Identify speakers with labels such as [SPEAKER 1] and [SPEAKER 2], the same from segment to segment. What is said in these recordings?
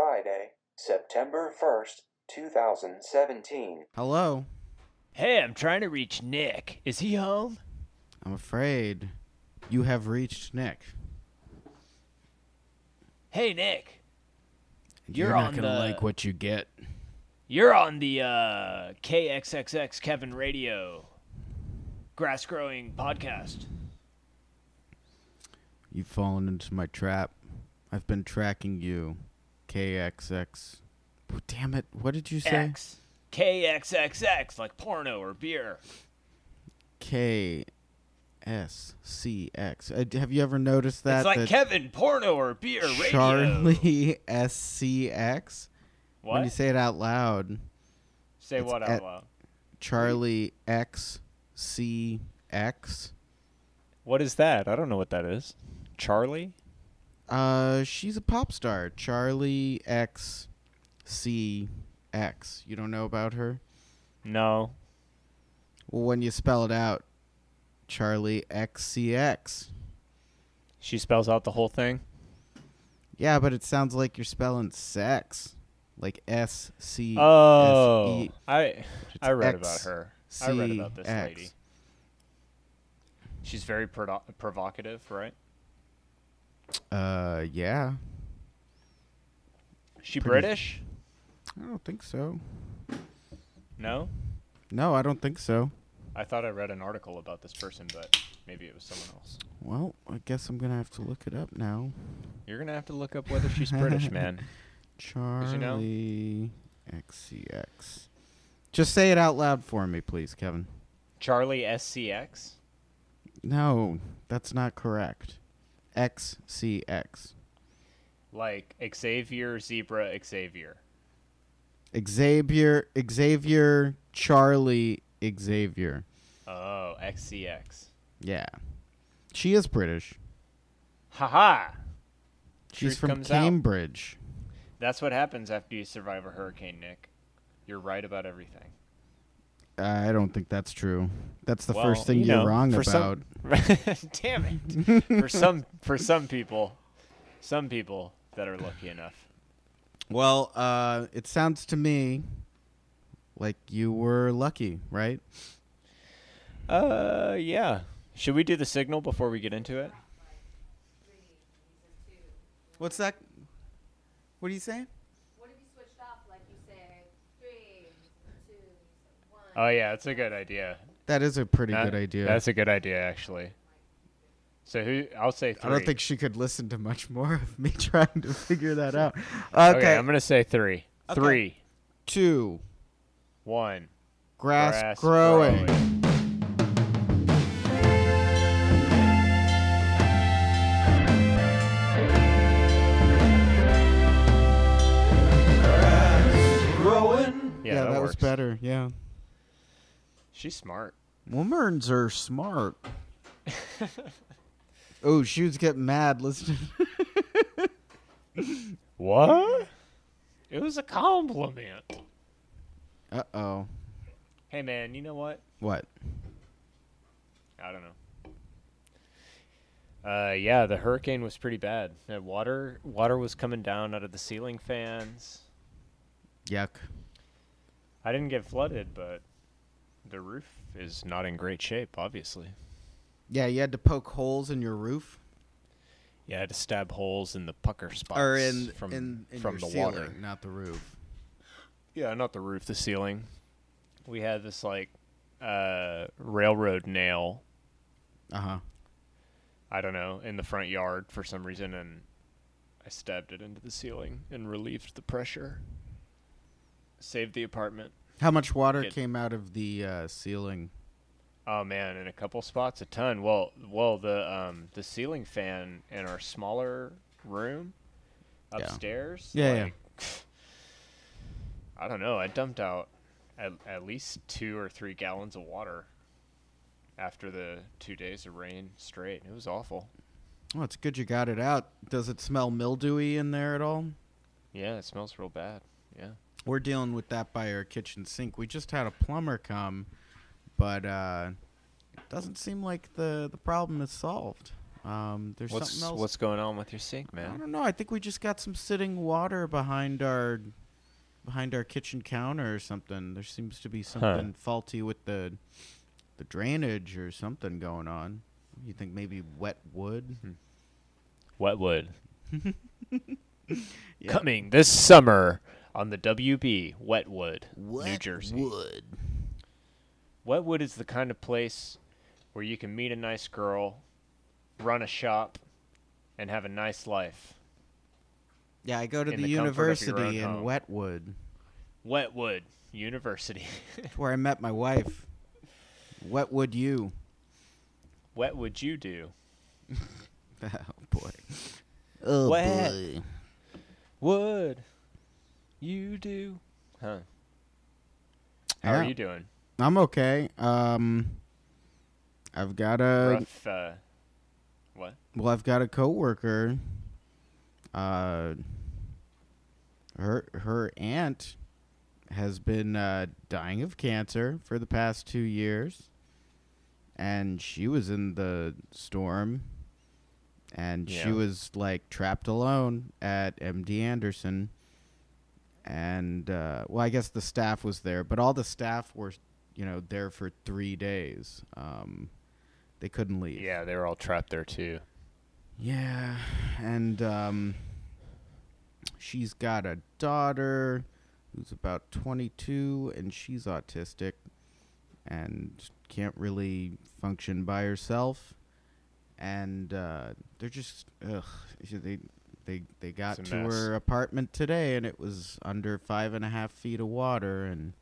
[SPEAKER 1] Friday, September 1st, 2017.
[SPEAKER 2] Hello.
[SPEAKER 3] Hey, I'm trying to reach Nick. Is he home?
[SPEAKER 2] I'm afraid you have reached Nick.
[SPEAKER 3] Hey, Nick.
[SPEAKER 2] You're,
[SPEAKER 3] You're
[SPEAKER 2] not
[SPEAKER 3] on
[SPEAKER 2] gonna
[SPEAKER 3] the-
[SPEAKER 2] like what you get.
[SPEAKER 3] You're on the uh, KXXX Kevin Radio Grass Growing Podcast.
[SPEAKER 2] You've fallen into my trap. I've been tracking you. KXX. Oh, damn it. What did you say?
[SPEAKER 3] X. KXXX, like porno or beer.
[SPEAKER 2] K S C X. Uh, d- have you ever noticed that?
[SPEAKER 3] it's like
[SPEAKER 2] that
[SPEAKER 3] Kevin, porno or beer radio.
[SPEAKER 2] Charlie S C X. When
[SPEAKER 3] What?
[SPEAKER 2] you say it out loud,
[SPEAKER 3] Say
[SPEAKER 2] it's
[SPEAKER 3] what
[SPEAKER 2] at-
[SPEAKER 3] out loud.
[SPEAKER 2] Charlie X C X.
[SPEAKER 4] What is that? I don't know what that is. Charlie?
[SPEAKER 2] Uh, she's a pop star. Charlie X C X. You don't know about her?
[SPEAKER 4] No.
[SPEAKER 2] Well, when you spell it out, Charlie X C X.
[SPEAKER 4] She spells out the whole thing.
[SPEAKER 2] Yeah, but it sounds like you're spelling sex, like E S C.
[SPEAKER 4] Oh,
[SPEAKER 2] F E-
[SPEAKER 4] I I read
[SPEAKER 2] X,
[SPEAKER 4] about her.
[SPEAKER 2] C,
[SPEAKER 4] I read about this
[SPEAKER 2] X.
[SPEAKER 4] lady. She's very prodo- provocative, right?
[SPEAKER 2] Uh, yeah.
[SPEAKER 4] She
[SPEAKER 2] Pretty-
[SPEAKER 4] British?
[SPEAKER 2] I don't think so.
[SPEAKER 4] No,
[SPEAKER 2] No, I don't think so.
[SPEAKER 4] I thought I read an article about this person, but maybe it was someone else.
[SPEAKER 2] Well, I guess I'm gonna have to look it up now.
[SPEAKER 4] You're gonna have to look up whether she's British, man.
[SPEAKER 2] Charlie
[SPEAKER 4] you know-
[SPEAKER 2] X C X. Just say it out loud for me, please, Kevin.
[SPEAKER 4] Charlie SCX.
[SPEAKER 2] No, that's not correct. X C X.
[SPEAKER 4] like Xavier Zebra Xavier.
[SPEAKER 2] Xavier Xavier Charlie Xavier.
[SPEAKER 4] Oh, XCX.
[SPEAKER 2] Yeah. She is British.
[SPEAKER 4] Haha.
[SPEAKER 2] She's
[SPEAKER 4] Truth
[SPEAKER 2] from
[SPEAKER 4] comes out.
[SPEAKER 2] Cambridge.
[SPEAKER 4] That's what happens after you survive a hurricane, Nick. You're right about everything.
[SPEAKER 2] I don't think that's true. That's the
[SPEAKER 4] Well,
[SPEAKER 2] first thing
[SPEAKER 4] you
[SPEAKER 2] are
[SPEAKER 4] know,
[SPEAKER 2] wrong
[SPEAKER 4] for
[SPEAKER 2] about.
[SPEAKER 4] some- Damn it. for some for some people, some people that are lucky enough.
[SPEAKER 2] Well, uh, it sounds to me like you were lucky, right?
[SPEAKER 4] Uh yeah. Should we do the signal before we get into it?
[SPEAKER 2] What's that? What are you saying?
[SPEAKER 5] What if you switched off, like you say, three, two, one?
[SPEAKER 4] Oh yeah, that's a good idea.
[SPEAKER 2] That is a pretty
[SPEAKER 4] That-
[SPEAKER 2] good idea.
[SPEAKER 4] That's a good idea actually. So who I'll say
[SPEAKER 2] I
[SPEAKER 4] three.
[SPEAKER 2] don't think she could listen to much more of me trying to figure that out. Okay,
[SPEAKER 4] Okay, I'm gonna say three.
[SPEAKER 2] Okay.
[SPEAKER 4] Three.
[SPEAKER 2] two
[SPEAKER 4] One.
[SPEAKER 2] grass, growing.
[SPEAKER 4] Yeah,
[SPEAKER 2] that, was
[SPEAKER 4] works.
[SPEAKER 2] better. Yeah,
[SPEAKER 4] She's smart.
[SPEAKER 2] women's are smart. oh, she was getting mad listening.
[SPEAKER 4] What? It was a compliment.
[SPEAKER 2] uh oh,
[SPEAKER 4] Hey man, you know what?
[SPEAKER 2] what?
[SPEAKER 4] I don't know. Uh, yeah, the hurricane was pretty bad. The water water was coming down out of the ceiling fans.
[SPEAKER 2] Yuck.
[SPEAKER 4] I didn't get flooded, but the roof is not in great shape, obviously.
[SPEAKER 2] Yeah, you had to poke holes in your roof.
[SPEAKER 4] Yeah, I had to stab holes in the pucker spots
[SPEAKER 2] or in
[SPEAKER 4] from
[SPEAKER 2] in, in
[SPEAKER 4] from
[SPEAKER 2] your
[SPEAKER 4] the
[SPEAKER 2] ceiling,
[SPEAKER 4] water.
[SPEAKER 2] not the roof.
[SPEAKER 4] Yeah, not the roof, the ceiling. We had this like uh, railroad nail,
[SPEAKER 2] Uh huh.
[SPEAKER 4] I don't know, in the front yard for some reason, and I stabbed it into the ceiling and relieved the pressure. Saved the apartment.
[SPEAKER 2] How much water
[SPEAKER 4] Good.
[SPEAKER 2] came out of the uh, ceiling?
[SPEAKER 4] Oh man, in a couple spots, a ton. Well, well, the um, the ceiling fan in our smaller room
[SPEAKER 2] Yeah.
[SPEAKER 4] upstairs.
[SPEAKER 2] Yeah, yeah.
[SPEAKER 4] like, I don't know. I dumped out at, at least two or three gallons of water after the two days of rain straight. It was awful.
[SPEAKER 2] Well, Oh, it's good you got it out. Does it smell mildewy in there at all?
[SPEAKER 4] Yeah, it smells real bad. Yeah.
[SPEAKER 2] We're dealing with that by our kitchen sink. We just had a plumber come, but uh, it doesn't seem like the the problem is solved. Um, there's
[SPEAKER 4] What's
[SPEAKER 2] something else.
[SPEAKER 4] what's going on with your sink,
[SPEAKER 2] I
[SPEAKER 4] man?
[SPEAKER 2] don't know. I think we just got some sitting water behind our behind our kitchen counter or something. There seems to be something faulty with the the drainage or something going on. You think maybe wet wood?
[SPEAKER 4] Wetwood.
[SPEAKER 2] Yeah.
[SPEAKER 4] Coming this summer on the WB, Wetwood, New Jersey.
[SPEAKER 2] Wood.
[SPEAKER 4] Wetwood is the kind of place where you can meet a nice girl, run a shop, and have a nice life.
[SPEAKER 2] Yeah, I go to
[SPEAKER 4] In
[SPEAKER 2] the,
[SPEAKER 4] the comfort of your own
[SPEAKER 2] university in
[SPEAKER 4] home.
[SPEAKER 2] Wetwood,
[SPEAKER 4] Wetwood University.
[SPEAKER 2] It's where I met my wife. Wetwood U.
[SPEAKER 4] what would you do?
[SPEAKER 2] Oh boy. Oh
[SPEAKER 4] Wet. Would you do? Huh. How are
[SPEAKER 2] Yeah.
[SPEAKER 4] you doing?
[SPEAKER 2] I'm okay. Um, I've got a
[SPEAKER 4] Rough. Uh, what?
[SPEAKER 2] well, I've got a coworker. Uh, her her aunt has been uh, dying of cancer for the past two years, and she was in the storm, and she
[SPEAKER 4] Yeah.
[SPEAKER 2] was like trapped alone at MD Anderson. And uh, well, I guess the staff was there, but all the staff were, you know, there for three days. Um, they couldn't leave.
[SPEAKER 4] Yeah, they were all trapped there too.
[SPEAKER 2] Yeah, and um, she's got a daughter who's about 22, and she's autistic and can't really function by herself. And uh, they're just ugh. They they they got
[SPEAKER 4] It's a
[SPEAKER 2] to
[SPEAKER 4] mess.
[SPEAKER 2] her apartment today, and it was under five and a half feet of water, and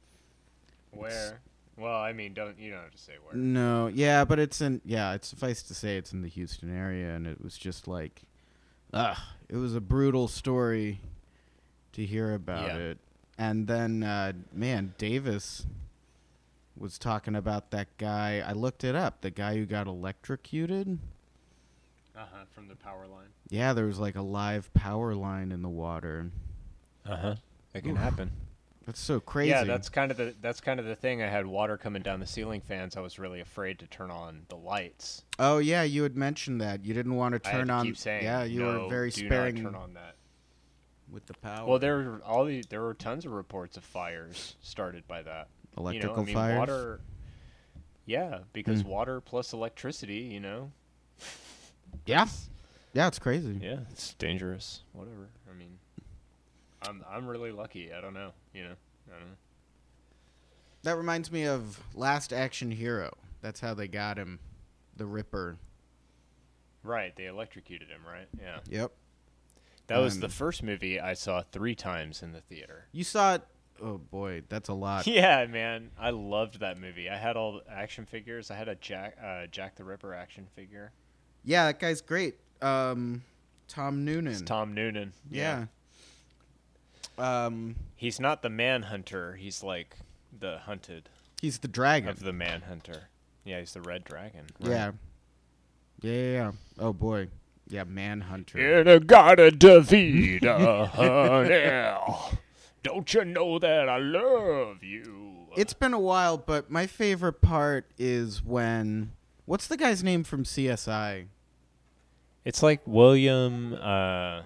[SPEAKER 4] Where? Well, I mean, don't you don't have to say where.
[SPEAKER 2] No, yeah, but it's in yeah. It's suffice to say, it's in the Houston area, and it was just like, ugh, it was a brutal story to hear about
[SPEAKER 4] Yeah.
[SPEAKER 2] it. And then, uh, man, Davis was talking about that guy. I looked it up. The guy who got electrocuted.
[SPEAKER 4] Uh huh. From the power line.
[SPEAKER 2] Yeah, there was like a live power line in the water.
[SPEAKER 4] Uh huh. It can happen.
[SPEAKER 2] That's so crazy.
[SPEAKER 4] Yeah, that's kind of the that's kind of the thing. I had water coming down the ceiling fans. I was really afraid to turn on the lights.
[SPEAKER 2] Oh yeah, you had mentioned that you didn't want to
[SPEAKER 4] I had
[SPEAKER 2] turn
[SPEAKER 4] to
[SPEAKER 2] on.
[SPEAKER 4] keep saying,
[SPEAKER 2] yeah, you
[SPEAKER 4] "No,
[SPEAKER 2] were very
[SPEAKER 4] do not
[SPEAKER 2] sparing
[SPEAKER 4] turn on that.
[SPEAKER 2] with the power.
[SPEAKER 4] Well, there were all the, there were tons of reports of fires started by that.
[SPEAKER 2] electrical
[SPEAKER 4] you know, I
[SPEAKER 2] fires.
[SPEAKER 4] mean,
[SPEAKER 2] Hmm.
[SPEAKER 4] water. Yeah, because water plus electricity, you know.
[SPEAKER 2] Yeah. Yeah, it's crazy.
[SPEAKER 4] Yeah, it's dangerous. Whatever. I mean, I'm I'm really lucky. I don't know. You know. I don't know.
[SPEAKER 2] That reminds me of Last Action Hero. That's how they got him, the Ripper.
[SPEAKER 4] Right, they electrocuted him, right? Yeah.
[SPEAKER 2] Yep.
[SPEAKER 4] That was the
[SPEAKER 2] Um,
[SPEAKER 4] first movie I saw three times in the theater.
[SPEAKER 2] You saw it. Oh boy, that's a lot.
[SPEAKER 4] Yeah, man, I loved that movie. I had all the action figures. I had a Jack uh, Jack the Ripper action figure.
[SPEAKER 2] yeah, that guy's great. Um, Tom Noonan.
[SPEAKER 4] It's Tom Noonan.
[SPEAKER 2] Yeah. Um,
[SPEAKER 4] he's not the Manhunter. He's like the hunted
[SPEAKER 2] he's the dragon.
[SPEAKER 4] of the Manhunter. Yeah, he's the Red Dragon.
[SPEAKER 2] Yeah. Yeah, yeah, yeah. Oh boy. Yeah, Manhunter.
[SPEAKER 4] a god of Davida, honey. Don't you know that I love you?
[SPEAKER 2] It's been a while, but my favorite part is when. What's the guy's name from CSI?
[SPEAKER 4] It's like William. Uh,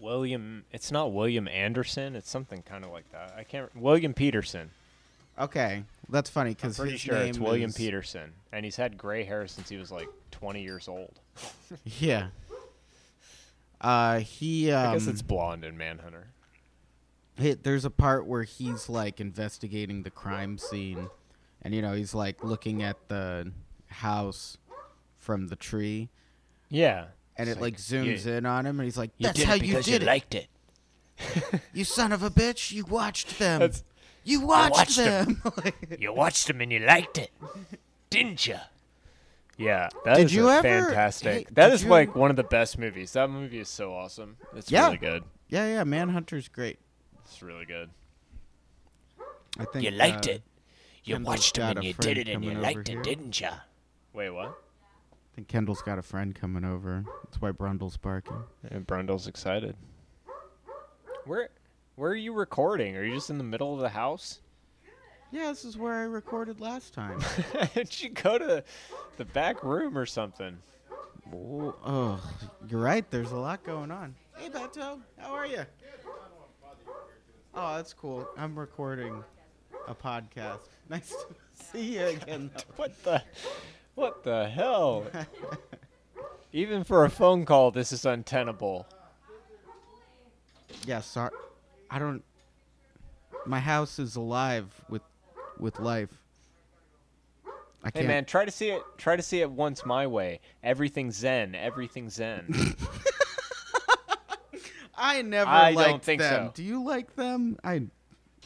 [SPEAKER 4] William. It's not William Anderson. It's something kind of like that. I can't. William Peterson.
[SPEAKER 2] Okay, that's funny
[SPEAKER 4] I'm
[SPEAKER 2] because
[SPEAKER 4] pretty
[SPEAKER 2] his
[SPEAKER 4] sure it's
[SPEAKER 2] name
[SPEAKER 4] William
[SPEAKER 2] is-
[SPEAKER 4] Peterson, and he's had gray hair since he was like 20 years old.
[SPEAKER 2] Yeah. Uh, he. Um,
[SPEAKER 4] I guess it's blonde in Manhunter.
[SPEAKER 2] he- there's a part where he's like investigating the crime scene, and you know he's like looking at the house from the tree,
[SPEAKER 4] Yeah.
[SPEAKER 2] and it like, zooms
[SPEAKER 4] you-
[SPEAKER 2] in on him, and he's like, "That's how you did it,
[SPEAKER 3] liked it.
[SPEAKER 2] you son of a bitch! You watched them,
[SPEAKER 4] That's-
[SPEAKER 2] you watched,
[SPEAKER 3] watched
[SPEAKER 2] them."
[SPEAKER 3] them." You watched him and you liked it, didn't you?
[SPEAKER 4] Yeah, that is
[SPEAKER 2] Did you
[SPEAKER 4] a
[SPEAKER 2] ever-
[SPEAKER 4] fantastic.
[SPEAKER 2] hey,
[SPEAKER 4] that
[SPEAKER 2] did
[SPEAKER 4] is
[SPEAKER 2] you-
[SPEAKER 4] like one of the best movies. That movie is so awesome. It's
[SPEAKER 2] Yeah.
[SPEAKER 4] really good.
[SPEAKER 2] yeah, yeah, Manhunter's great.
[SPEAKER 4] It's really good.
[SPEAKER 2] I think
[SPEAKER 3] You liked
[SPEAKER 2] uh,
[SPEAKER 3] it. You
[SPEAKER 2] Kendall's
[SPEAKER 3] watched him
[SPEAKER 2] got
[SPEAKER 3] and
[SPEAKER 2] a
[SPEAKER 3] you
[SPEAKER 2] friend
[SPEAKER 3] did it and you
[SPEAKER 2] coming
[SPEAKER 3] liked
[SPEAKER 2] over
[SPEAKER 3] it,
[SPEAKER 2] here.
[SPEAKER 3] didn't you?
[SPEAKER 4] Wait, what?
[SPEAKER 2] I think Kendall's got a friend coming over. That's why Brundle's barking.
[SPEAKER 4] And Brundle's excited. Where, where are you recording? Are you just in the middle of the house?
[SPEAKER 2] Yeah, this is where I recorded last time.
[SPEAKER 4] Did she go to the back room or something?
[SPEAKER 2] oh, oh, you're right. There's a lot going on. Hey, Beto, how are you? Oh, that's cool. I'm recording a podcast. Nice to see you again.
[SPEAKER 4] What the? What the hell? Even for a phone call, this is untenable.
[SPEAKER 2] yeah, sorry. I don't. My house is alive with with life. I
[SPEAKER 4] Hey
[SPEAKER 2] can't.
[SPEAKER 4] man, try to see it. Try to see it once my way. Everything's zen. Everything's zen.
[SPEAKER 2] I never
[SPEAKER 4] I don't
[SPEAKER 2] liked
[SPEAKER 4] think
[SPEAKER 2] them.
[SPEAKER 4] so.
[SPEAKER 2] Do you like them? I,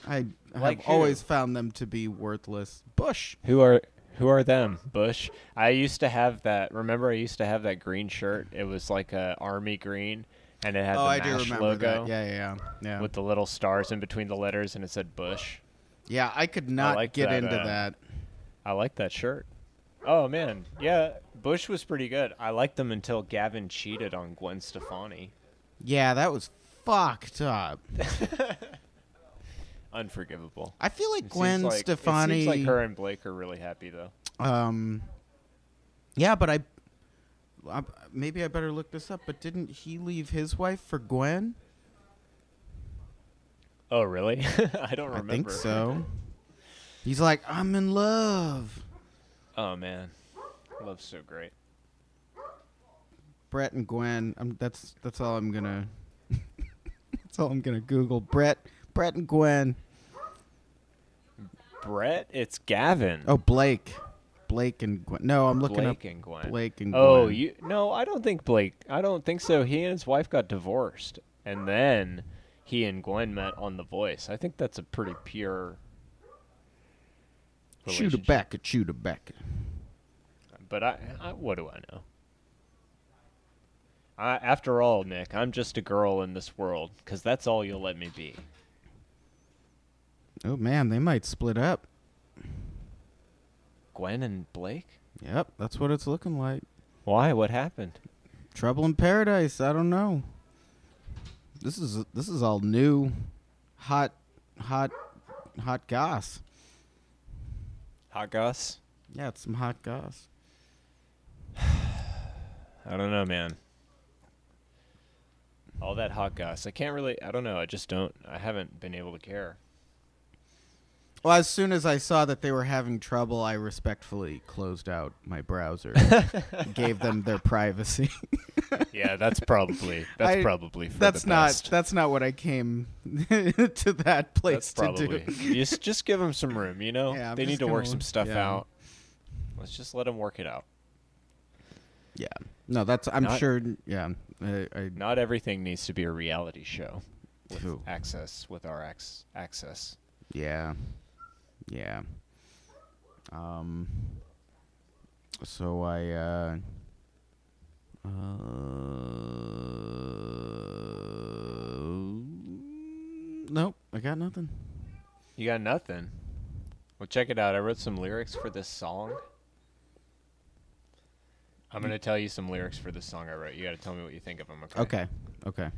[SPEAKER 2] I
[SPEAKER 4] Like
[SPEAKER 2] have
[SPEAKER 4] who?
[SPEAKER 2] always found them to be worthless. Bush.
[SPEAKER 4] who are who are them? Bush. I used to have that. Remember, I used to have that green shirt. It was like a army green, and it had
[SPEAKER 2] Oh,
[SPEAKER 4] the
[SPEAKER 2] I do
[SPEAKER 4] MASH
[SPEAKER 2] remember
[SPEAKER 4] logo
[SPEAKER 2] that. Yeah, yeah, yeah. Yeah.
[SPEAKER 4] with the little stars in between the letters, and it said Bush.
[SPEAKER 2] yeah, I could not
[SPEAKER 4] like
[SPEAKER 2] get
[SPEAKER 4] that,
[SPEAKER 2] into
[SPEAKER 4] uh,
[SPEAKER 2] that.
[SPEAKER 4] I like that shirt. Oh man, yeah, Bush was pretty good. I liked them until Gavin cheated on Gwen Stefani.
[SPEAKER 2] Yeah, that was fucked up.
[SPEAKER 4] Unforgivable.
[SPEAKER 2] I feel like
[SPEAKER 4] It seems
[SPEAKER 2] Gwen
[SPEAKER 4] like-
[SPEAKER 2] Stefani.
[SPEAKER 4] It seems like her and Blake are really happy though.
[SPEAKER 2] Um, yeah, but I, I maybe I better look this up. But didn't he leave his wife for Gwen?
[SPEAKER 4] Oh really? I don't remember.
[SPEAKER 2] I think so. He's like, I'm in love.
[SPEAKER 4] Oh man, love's so great.
[SPEAKER 2] Brett and Gwen. i that's that's all I'm gonna. that's all I'm gonna Google. Brett, Brett and Gwen.
[SPEAKER 4] Brett, it's Gavin.
[SPEAKER 2] Oh, Blake, Blake and Gwen. No, I'm looking
[SPEAKER 4] Blake
[SPEAKER 2] up
[SPEAKER 4] and Gwen.
[SPEAKER 2] Blake and
[SPEAKER 4] Oh,
[SPEAKER 2] Gwen.
[SPEAKER 4] you? No, I don't think Blake. I don't think so. He and his wife got divorced, and then he and Gwen met on The Voice. I think that's a pretty pure.
[SPEAKER 2] shoot a
[SPEAKER 4] relationship.
[SPEAKER 2] back, shoot a back.
[SPEAKER 4] But I, I, what do I know? I, after all, Nick, I'm just a girl in this world, 'cause that's all you'll let me be.
[SPEAKER 2] Oh man, they might split up.
[SPEAKER 4] Gwen and Blake?
[SPEAKER 2] Yep, that's what it's looking like.
[SPEAKER 4] Why? What happened?
[SPEAKER 2] Trouble in Paradise. I don't know. This is this is all new, hot, hot, hot goss.
[SPEAKER 4] Hot goss?
[SPEAKER 2] Yeah, it's some hot goss.
[SPEAKER 4] I don't know, man. All that hot goss. I can't really. I don't know. I just don't. I haven't been able to care.
[SPEAKER 2] Well, as soon as I saw that they were having trouble, I respectfully closed out my browser, gave them their privacy.
[SPEAKER 4] Yeah, that's probably.
[SPEAKER 2] I- that's not that's not what I came to that place to do.
[SPEAKER 4] You just, just give them some room. You know,
[SPEAKER 2] Yeah, I'm
[SPEAKER 4] they need
[SPEAKER 2] just
[SPEAKER 4] to work
[SPEAKER 2] gonna-
[SPEAKER 4] some stuff
[SPEAKER 2] yeah.
[SPEAKER 4] out. Let's just let them work it out.
[SPEAKER 2] Yeah, no, that's I'm
[SPEAKER 4] Not-
[SPEAKER 2] sure. Yeah, I, I
[SPEAKER 4] Not everything needs to be a reality show. With
[SPEAKER 2] True.
[SPEAKER 4] access, with our ac- access.
[SPEAKER 2] Yeah. Yeah. Um so I uh uh Nope, I got nothing.
[SPEAKER 4] You got nothing. Well, check it out. I wrote some lyrics for this song. I'm gonna tell you some lyrics for this song I wrote. You gotta tell me what you think of them. Okay.
[SPEAKER 2] Okay. Okay.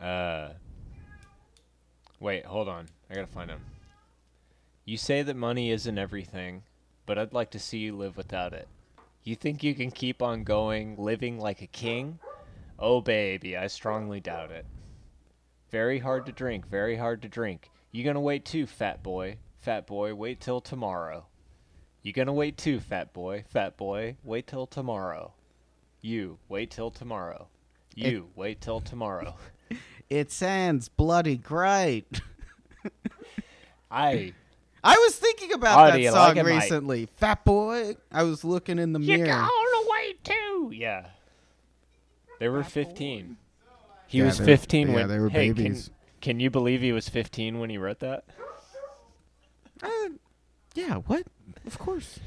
[SPEAKER 4] Uh, wait, hold on. I gotta find him. You say that money isn't everything, but I'd like to see you live without it. You think you can keep on going, living like a king? Oh, baby, I strongly doubt it. Very hard to drink, very hard to drink. You gonna wait too, fat boy. Fat boy, wait till tomorrow. You gonna wait too, fat boy. Fat boy, wait till tomorrow. You, wait till tomorrow. You, wait till tomorrow.
[SPEAKER 2] It sounds bloody great.
[SPEAKER 4] I
[SPEAKER 2] I was thinking about
[SPEAKER 4] Oh, do
[SPEAKER 2] that
[SPEAKER 4] you
[SPEAKER 2] song
[SPEAKER 4] like it, mate?
[SPEAKER 2] recently. Fat boy. I was looking in the mirror.
[SPEAKER 3] away too.
[SPEAKER 4] yeah. They were 15. He
[SPEAKER 2] Yeah,
[SPEAKER 4] was
[SPEAKER 2] they were-
[SPEAKER 4] 15
[SPEAKER 2] yeah,
[SPEAKER 4] when
[SPEAKER 2] they were
[SPEAKER 4] hey,
[SPEAKER 2] babies.
[SPEAKER 4] Can, can you believe he was 15 when he wrote that?
[SPEAKER 2] Uh, yeah, what? Of course.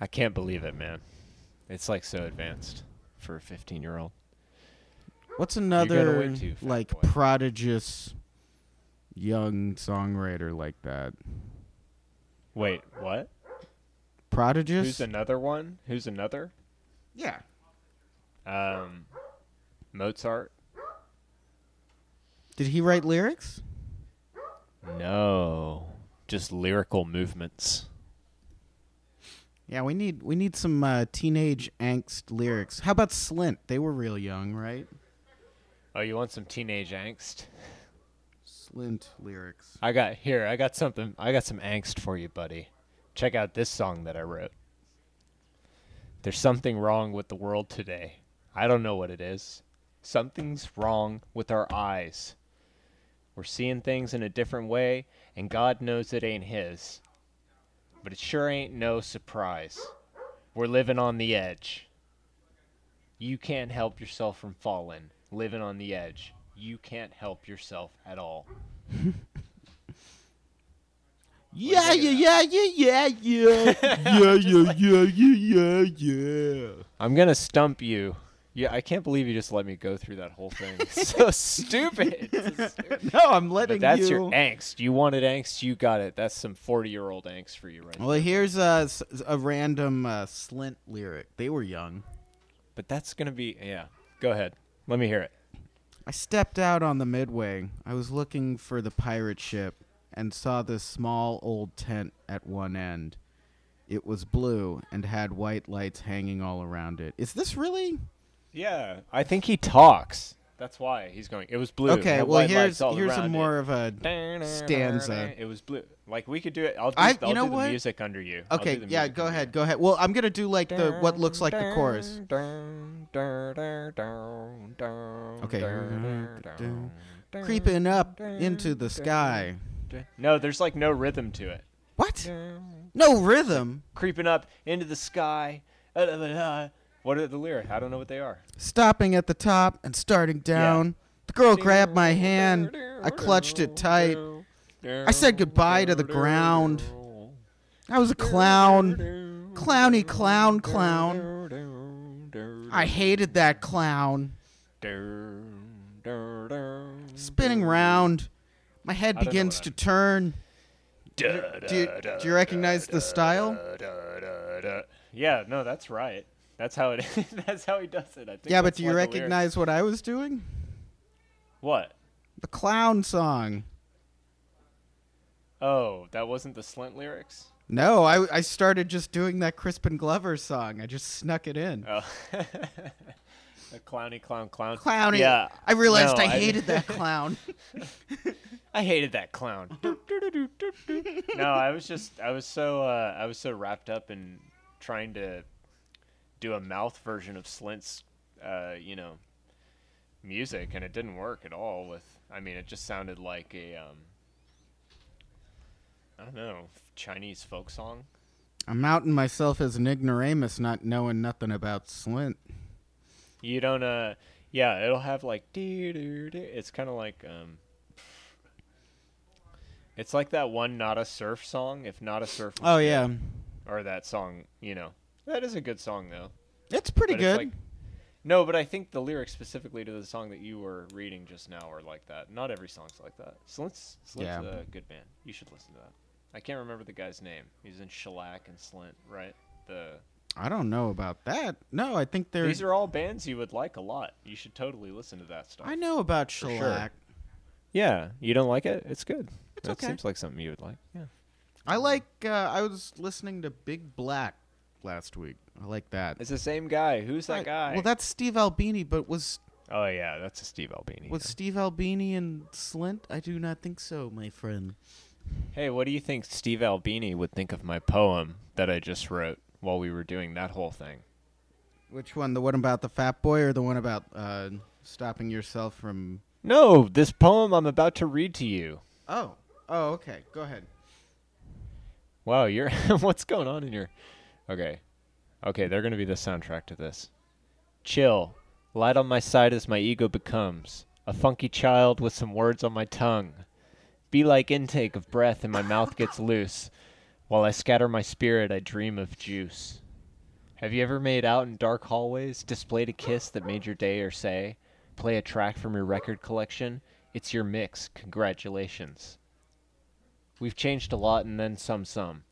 [SPEAKER 4] I can't believe it, man. It's like so advanced for a 15-year-old.
[SPEAKER 2] What's
[SPEAKER 4] gotta
[SPEAKER 2] another
[SPEAKER 4] wait too, fat
[SPEAKER 2] like
[SPEAKER 4] boy.
[SPEAKER 2] prodigious young songwriter like that?
[SPEAKER 4] Wait, what?
[SPEAKER 2] Prodigious?
[SPEAKER 4] Who's another one? Who's another?
[SPEAKER 2] yeah.
[SPEAKER 4] Um Mozart?
[SPEAKER 2] Did he write lyrics?
[SPEAKER 4] No. Just lyrical movements.
[SPEAKER 2] Yeah, we need we need some uh, teenage angst lyrics. How about Slint? They were real young, right?
[SPEAKER 4] Oh, you want some teenage angst?
[SPEAKER 2] Slint lyrics.
[SPEAKER 4] I got here. I got something. I got some angst for you, buddy. Check out this song that I wrote. There's something wrong with the world today. I don't know what it is. Something's wrong with our eyes. We're seeing things in a different way, and God knows it ain't His. But it sure ain't no surprise. We're living on the edge. You can't help yourself from falling, living on the edge. You can't help yourself at all.
[SPEAKER 2] Yeah, yeah, yeah, yeah, yeah, yeah, yeah, yeah, yeah, yeah, yeah, yeah.
[SPEAKER 4] I'm gonna stump you. Yeah, I can't believe you just let me go through that whole thing. so stupid. It's so stupid.
[SPEAKER 2] No, I'm
[SPEAKER 4] But
[SPEAKER 2] letting
[SPEAKER 4] that's
[SPEAKER 2] you.
[SPEAKER 4] your angst. You wanted angst. You got it. That's some forty-year-old angst for you, right? now.
[SPEAKER 2] well, here's a, s- a random uh, Slint lyric. They were young.
[SPEAKER 4] But that's gonna be yeah. Go ahead. Let me hear it.
[SPEAKER 2] I stepped out on the midway. I was looking for the pirate ship and saw this small old tent at one end. It was blue and had white lights hanging all around it. Is this really?
[SPEAKER 4] Yeah, I think he talks. That's why he's going. It was blue.
[SPEAKER 2] okay,
[SPEAKER 4] Had
[SPEAKER 2] well
[SPEAKER 4] white
[SPEAKER 2] here's
[SPEAKER 4] lights all
[SPEAKER 2] here's a
[SPEAKER 4] around
[SPEAKER 2] more of a
[SPEAKER 4] it.
[SPEAKER 2] stanza.
[SPEAKER 4] It was blue. Like we could do it. I'll do,
[SPEAKER 2] I-
[SPEAKER 4] I'll
[SPEAKER 2] you know
[SPEAKER 4] do the
[SPEAKER 2] what?
[SPEAKER 4] music under you. I'll do
[SPEAKER 2] Okay,
[SPEAKER 4] the
[SPEAKER 2] yeah,
[SPEAKER 4] music
[SPEAKER 2] go
[SPEAKER 4] under
[SPEAKER 2] ahead,
[SPEAKER 4] you.
[SPEAKER 2] go ahead. Well, I'm gonna do like the what looks like the chorus. Okay. Creeping up into the sky.
[SPEAKER 4] No, there's like no rhythm to it.
[SPEAKER 2] What? No rhythm.
[SPEAKER 4] Creeping up into the sky. uh, uh, uh. What are the lyrics? I don't know what they are.
[SPEAKER 2] stopping at the top and starting down. The girl grabbed Oh, my hand. I clutched it tight. I said goodbye to the ground. I was a clown. Clowny clown clown. I hated that clown. Spinning round. My head
[SPEAKER 4] I don't know
[SPEAKER 2] begins
[SPEAKER 4] what
[SPEAKER 2] to
[SPEAKER 4] I'm-
[SPEAKER 2] turn.
[SPEAKER 4] Do,
[SPEAKER 2] Do you, do you recognize the style?
[SPEAKER 4] Yeah, no, that's right. That's how it. that's how he does it. I think
[SPEAKER 2] Yeah, but
[SPEAKER 4] that's
[SPEAKER 2] do you
[SPEAKER 4] like the lyric.
[SPEAKER 2] recognize what I was doing?
[SPEAKER 4] what?
[SPEAKER 2] The clown song.
[SPEAKER 4] Oh, that wasn't the Slint lyrics.
[SPEAKER 2] No, I, I started just doing that Crispin Glover song. I just snuck it in.
[SPEAKER 4] Oh. the clowny clown clown.
[SPEAKER 2] Clowny.
[SPEAKER 4] Yeah.
[SPEAKER 2] I realized
[SPEAKER 4] No,
[SPEAKER 2] I hated that clown.
[SPEAKER 4] I hated that clown. no, I was just I was so uh, I was so wrapped up in trying to do a mouth version of Slint's uh, you know music and it didn't work at all with I mean it just sounded like a um I don't know, Chinese folk song.
[SPEAKER 2] I'm outing myself as an ignoramus, not knowing nothing about Slint.
[SPEAKER 4] You don't uh yeah, it'll have like doo doo doo. It's kind of like um It's like that one not a surf song, if not a surf was
[SPEAKER 2] Oh
[SPEAKER 4] good.
[SPEAKER 2] yeah,
[SPEAKER 4] or that song, you know. That is a good song though.
[SPEAKER 2] it's pretty
[SPEAKER 4] But
[SPEAKER 2] good.
[SPEAKER 4] It's like, no, but I think the lyrics specifically to the song that you were reading just now are like that. Not every song's like that. So let's
[SPEAKER 2] Yeah.
[SPEAKER 4] a good band. You should listen to that. I can't remember the guy's name. He's in Shellac and Slint, right? The
[SPEAKER 2] I don't know about that. No, I think there's.
[SPEAKER 4] These are all bands you would like a lot. You should totally listen to that stuff.
[SPEAKER 2] I know about
[SPEAKER 4] For sure.
[SPEAKER 2] shellac.
[SPEAKER 4] Yeah, you don't like it? It's good.
[SPEAKER 2] It's okay.
[SPEAKER 4] seems like something you would like. Yeah.
[SPEAKER 2] I like. Uh, I was listening to Big Black last week. I like that.
[SPEAKER 4] It's the same guy. Who's that
[SPEAKER 2] Right.
[SPEAKER 4] guy?
[SPEAKER 2] Well, that's Steve Albini. But was
[SPEAKER 4] oh yeah, that's a Steve Albini.
[SPEAKER 2] was Steve Albini and Slint? I do not think so, my friend.
[SPEAKER 4] Hey, what do you think Steve Albini would think of my poem that I just wrote while we were doing that whole thing?
[SPEAKER 2] Which one? The one about the fat boy, or the one about uh, stopping yourself from?
[SPEAKER 4] No, this poem I'm about to read to you.
[SPEAKER 2] Oh, oh, okay. Go ahead.
[SPEAKER 4] Wow, you're what's going on in your Okay. Okay, they're gonna be the soundtrack to this. Chill. Light on my side as my ego becomes. A funky child with some words on my tongue. Be like intake of breath and my mouth gets loose. While I scatter my spirit I dream of juice. Have you ever made out in dark hallways, displayed a kiss that made your day or say? Play a track from your record collection? It's your mix. Congratulations. We've changed a lot and then some some.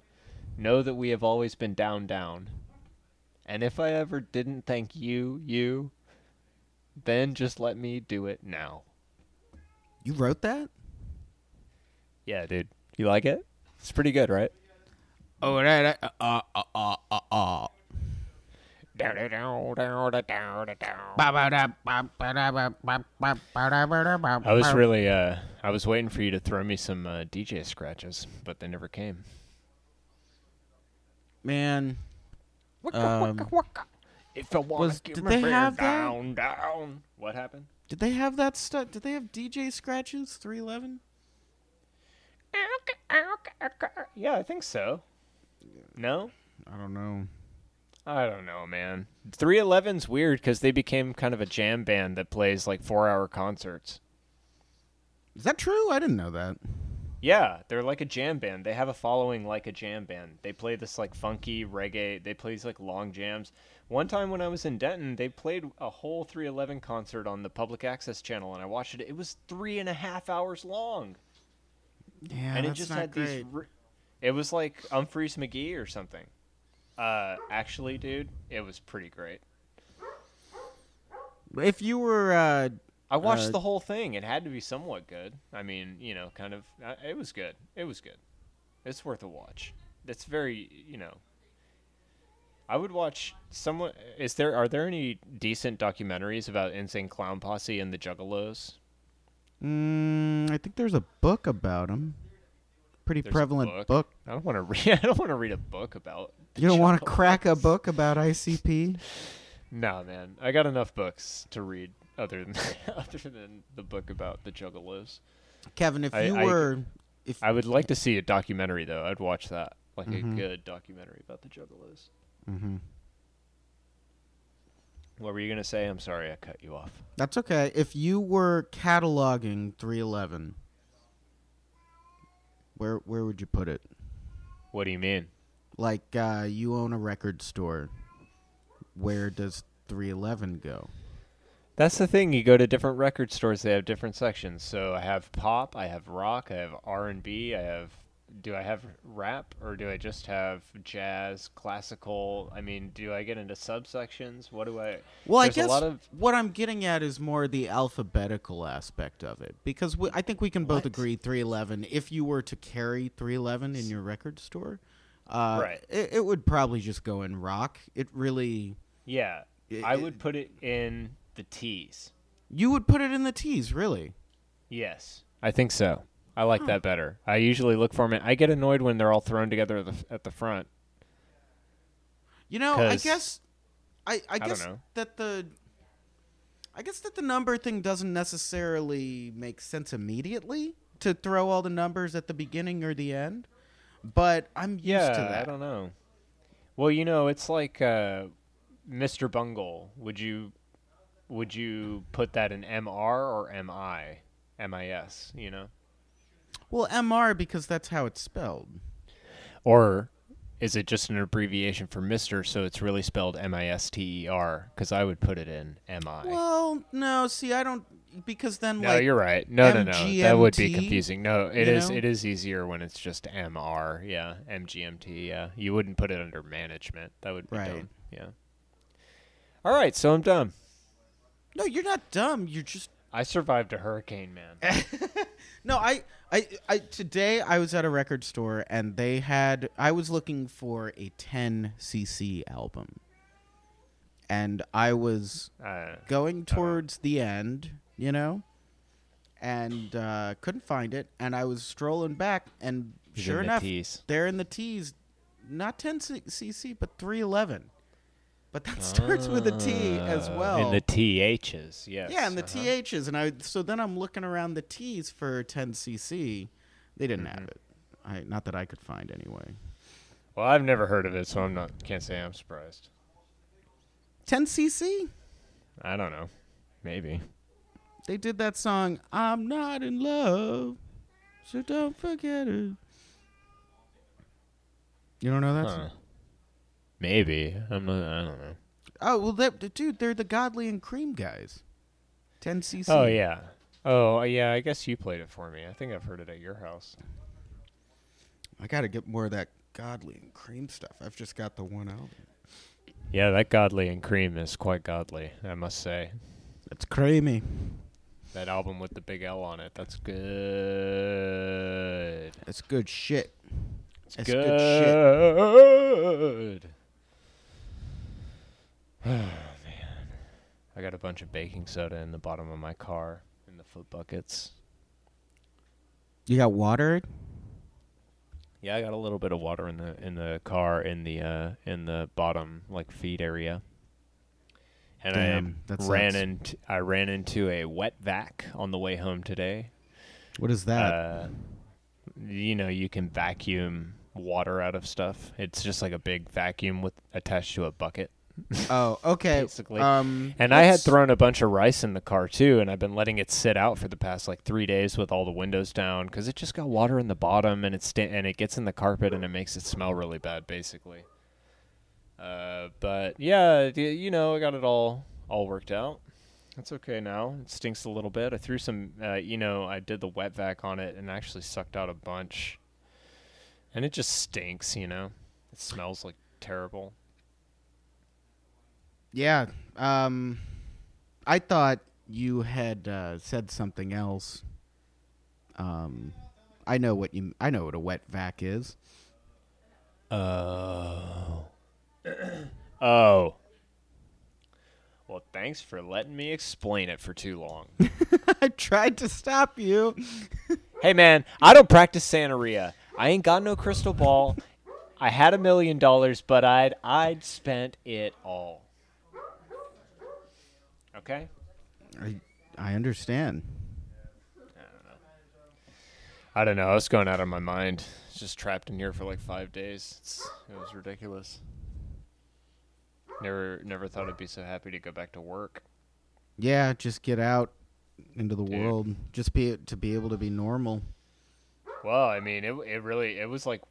[SPEAKER 4] Know that we have always been down down. And if I ever didn't thank you, you, then just let me do it now.
[SPEAKER 2] You wrote that?
[SPEAKER 4] Yeah, dude. You like it? It's pretty good, right?
[SPEAKER 2] Oh, right. Uh, uh, uh, uh, uh, uh.
[SPEAKER 4] I
[SPEAKER 2] I
[SPEAKER 4] was really uh I was waiting for you to throw me some uh, DJ scratches, but they never came.
[SPEAKER 2] man. Um,
[SPEAKER 4] If I wanna
[SPEAKER 2] Was-
[SPEAKER 4] get
[SPEAKER 2] did
[SPEAKER 4] my
[SPEAKER 2] they
[SPEAKER 4] bear
[SPEAKER 2] have that?
[SPEAKER 4] down, down. What happened?
[SPEAKER 2] did they have that stuff? Did they have DJ scratches? Three eleven.
[SPEAKER 4] Yeah, I think so. No?
[SPEAKER 2] I don't know.
[SPEAKER 4] I don't know, man. 311's weird because they became kind of a jam band that plays like four hour concerts.
[SPEAKER 2] Is that true? I didn't know that.
[SPEAKER 4] Yeah, they're like a jam band. They have a following like a jam band. They play this like funky reggae. They play these like long jams. One time when I was in Denton, they played a whole 311 concert on the public access channel, and I watched it. It was three and a half hours long,
[SPEAKER 2] Yeah,
[SPEAKER 4] and it
[SPEAKER 2] that's
[SPEAKER 4] just
[SPEAKER 2] not
[SPEAKER 4] had
[SPEAKER 2] great.
[SPEAKER 4] these. r it was like Humphreys McGee or something. Uh, actually, dude, it was pretty great.
[SPEAKER 2] If you were, uh,
[SPEAKER 4] I watched
[SPEAKER 2] Uh,
[SPEAKER 4] the whole thing. It had to be somewhat good. I mean, you know, kind of. Uh, it was good. It was good. It's worth a watch. It's very, you know. I would watch someone. Is there are there any decent documentaries about Insane Clown Posse and the Juggalos?
[SPEAKER 2] mm, I think there's a book about him. Pretty
[SPEAKER 4] There's a
[SPEAKER 2] prevalent
[SPEAKER 4] book.
[SPEAKER 2] book.
[SPEAKER 4] I don't want to read. I don't want to read a book about. the
[SPEAKER 2] You don't want to
[SPEAKER 4] Juggalos.
[SPEAKER 2] crack a book about ICP.
[SPEAKER 4] No, man. I got enough books to read other than other than the book about the Juggalos.
[SPEAKER 2] Kevin, if
[SPEAKER 4] I-
[SPEAKER 2] you
[SPEAKER 4] I-
[SPEAKER 2] were, if
[SPEAKER 4] I would like to see a documentary though. I'd watch that, like a good documentary about the Juggalos. Mm-hmm.
[SPEAKER 2] Mhm.
[SPEAKER 4] What were you gonna say? I'm sorry, I cut you off.
[SPEAKER 2] that's okay. If you were cataloging 311, where where would you put it?
[SPEAKER 4] What do you mean?
[SPEAKER 2] Like uh, you own a record store. Where does 311 go?
[SPEAKER 4] That's the thing. You go to different record stores; they have different sections. So I have pop, I have rock, I have R and B, I have. Do I have rap or do I just have jazz, classical? I mean, do I get into subsections? What do I?
[SPEAKER 2] Well,
[SPEAKER 4] There's
[SPEAKER 2] I guess
[SPEAKER 4] a lot of
[SPEAKER 2] what I'm getting at is more the alphabetical aspect of it because we, I think we can both
[SPEAKER 4] What?
[SPEAKER 2] agree 311. If you were to carry 311 in your record store, uh,
[SPEAKER 4] Right.
[SPEAKER 2] it, it would probably just go in rock. It really
[SPEAKER 4] yeah.
[SPEAKER 2] It-
[SPEAKER 4] I
[SPEAKER 2] it-
[SPEAKER 4] would put it in the T's.
[SPEAKER 2] you would put it in the T's, really.
[SPEAKER 4] Yes, I think so. I like that better. I usually look for them. I get annoyed when they're all thrown together at the, at the front.
[SPEAKER 2] You know, I
[SPEAKER 4] 'Cause-
[SPEAKER 2] guess I I
[SPEAKER 4] don't
[SPEAKER 2] guess
[SPEAKER 4] know.
[SPEAKER 2] that the I guess that the number thing doesn't necessarily make sense immediately to throw all the numbers at the beginning or the end, but I'm used
[SPEAKER 4] Yeah,
[SPEAKER 2] to that.
[SPEAKER 4] I don't know. Well, you know, it's like uh, Mr. Bungle. Would you would you put that in MR or MI? MIS, you know?
[SPEAKER 2] Well, MR because that's how it's spelled.
[SPEAKER 4] Or is it just an abbreviation for Mr. so it's really spelled M I S T E R cuz I would put it in MI.
[SPEAKER 2] Well, no, see, I don't because then
[SPEAKER 4] no,
[SPEAKER 2] like
[SPEAKER 4] you're right. No, no, no. That would be
[SPEAKER 2] MGMT,
[SPEAKER 4] confusing. No, it
[SPEAKER 2] you
[SPEAKER 4] is
[SPEAKER 2] know?
[SPEAKER 4] it is easier when it's just MR, yeah. MGMT, yeah. You wouldn't put it under management. That would be
[SPEAKER 2] Right.
[SPEAKER 4] dumb. Yeah. All right, so I'm dumb.
[SPEAKER 2] no, you're not dumb. You're just
[SPEAKER 4] I survived a hurricane, man.
[SPEAKER 2] no. I, I, I today I was at a record store and they had I was looking for a 10cc album, and I was
[SPEAKER 4] Uh,
[SPEAKER 2] going towards the end, you know, and uh, couldn't find it. And I was strolling back, and
[SPEAKER 4] He's
[SPEAKER 2] sure
[SPEAKER 4] in the
[SPEAKER 2] enough,
[SPEAKER 4] T's.
[SPEAKER 2] they're in the T's, not 10 cc, but 311. But that starts with a T as well.
[SPEAKER 4] and Ah, the THs, yes.
[SPEAKER 2] yeah, and the
[SPEAKER 4] uh-huh.
[SPEAKER 2] THs, and I. So then I'm looking around the T's for 10 cc. They didn't
[SPEAKER 4] Mm-hmm.
[SPEAKER 2] have it. I, not that I could find anyway.
[SPEAKER 4] Well, I've never heard of it, so I'm not. Can't say I'm surprised.
[SPEAKER 2] 10 cc.
[SPEAKER 4] I don't know. Maybe.
[SPEAKER 2] They did that song. I'm not in love, so don't forget it. You don't know that?
[SPEAKER 4] Huh.
[SPEAKER 2] song?
[SPEAKER 4] Maybe. I'm not. I don't know.
[SPEAKER 2] Oh well, that dude. They're the Godly and Cream guys. 10cc.
[SPEAKER 4] Oh yeah. Oh yeah. I guess you played it for me. I think I've heard it at your house.
[SPEAKER 2] I gotta get more of that Godly and Cream stuff. I've just got the one album.
[SPEAKER 4] Yeah, that godly and cream is quite godly, I must say.
[SPEAKER 2] It's creamy.
[SPEAKER 4] That album with the big L on it. That's good.
[SPEAKER 2] That's good shit. It's
[SPEAKER 4] good. Oh man, I got a bunch of baking soda in the bottom of my car in the foot buckets.
[SPEAKER 2] You got watered?
[SPEAKER 4] Yeah, I got a little bit of water in the in the car in the uh, in the bottom like feed area. And
[SPEAKER 2] Damn,
[SPEAKER 4] I
[SPEAKER 2] that
[SPEAKER 4] ran
[SPEAKER 2] sucks.
[SPEAKER 4] into I ran into a wet vac on the way home today.
[SPEAKER 2] What is that?
[SPEAKER 4] Uh, you know, you can vacuum water out of stuff. It's just like a big vacuum with attached to a bucket.
[SPEAKER 2] oh, okay.
[SPEAKER 4] basically.
[SPEAKER 2] Um,
[SPEAKER 4] And I had
[SPEAKER 2] let's-
[SPEAKER 4] thrown a bunch of rice in the car too, and I've been letting it sit out for the past like three days with all the windows down because it just got water in the bottom, and it sta- and it gets in the carpet and it makes it smell really bad, basically. Uh, but yeah, d- you know, I got it all all worked out. It's okay now. It stinks a little bit. I threw some, uh, you know, I did the wet vac on it and actually sucked out a bunch, and it just stinks. You know, it smells like terrible.
[SPEAKER 2] Yeah. Um, I thought you had uh, said something else. Um, I know what you. I know what a wet vac is.
[SPEAKER 4] Oh. oh. Well, thanks for letting me explain it for too long.
[SPEAKER 2] I tried to stop you.
[SPEAKER 4] hey, man, I don't practice Santeria. I ain't got no crystal ball. I had a million dollars, but I'd I'd spent it all. Okay.
[SPEAKER 2] I, I understand.
[SPEAKER 4] I don't know. I was going out of my mind. It's just trapped in here for like five days. It's, it was ridiculous. Never never thought I'd be so happy to go back to work.
[SPEAKER 2] Yeah, just get out into the
[SPEAKER 4] Dude.
[SPEAKER 2] world. Just be to be able to be normal.
[SPEAKER 4] Well, I mean, it it really it was like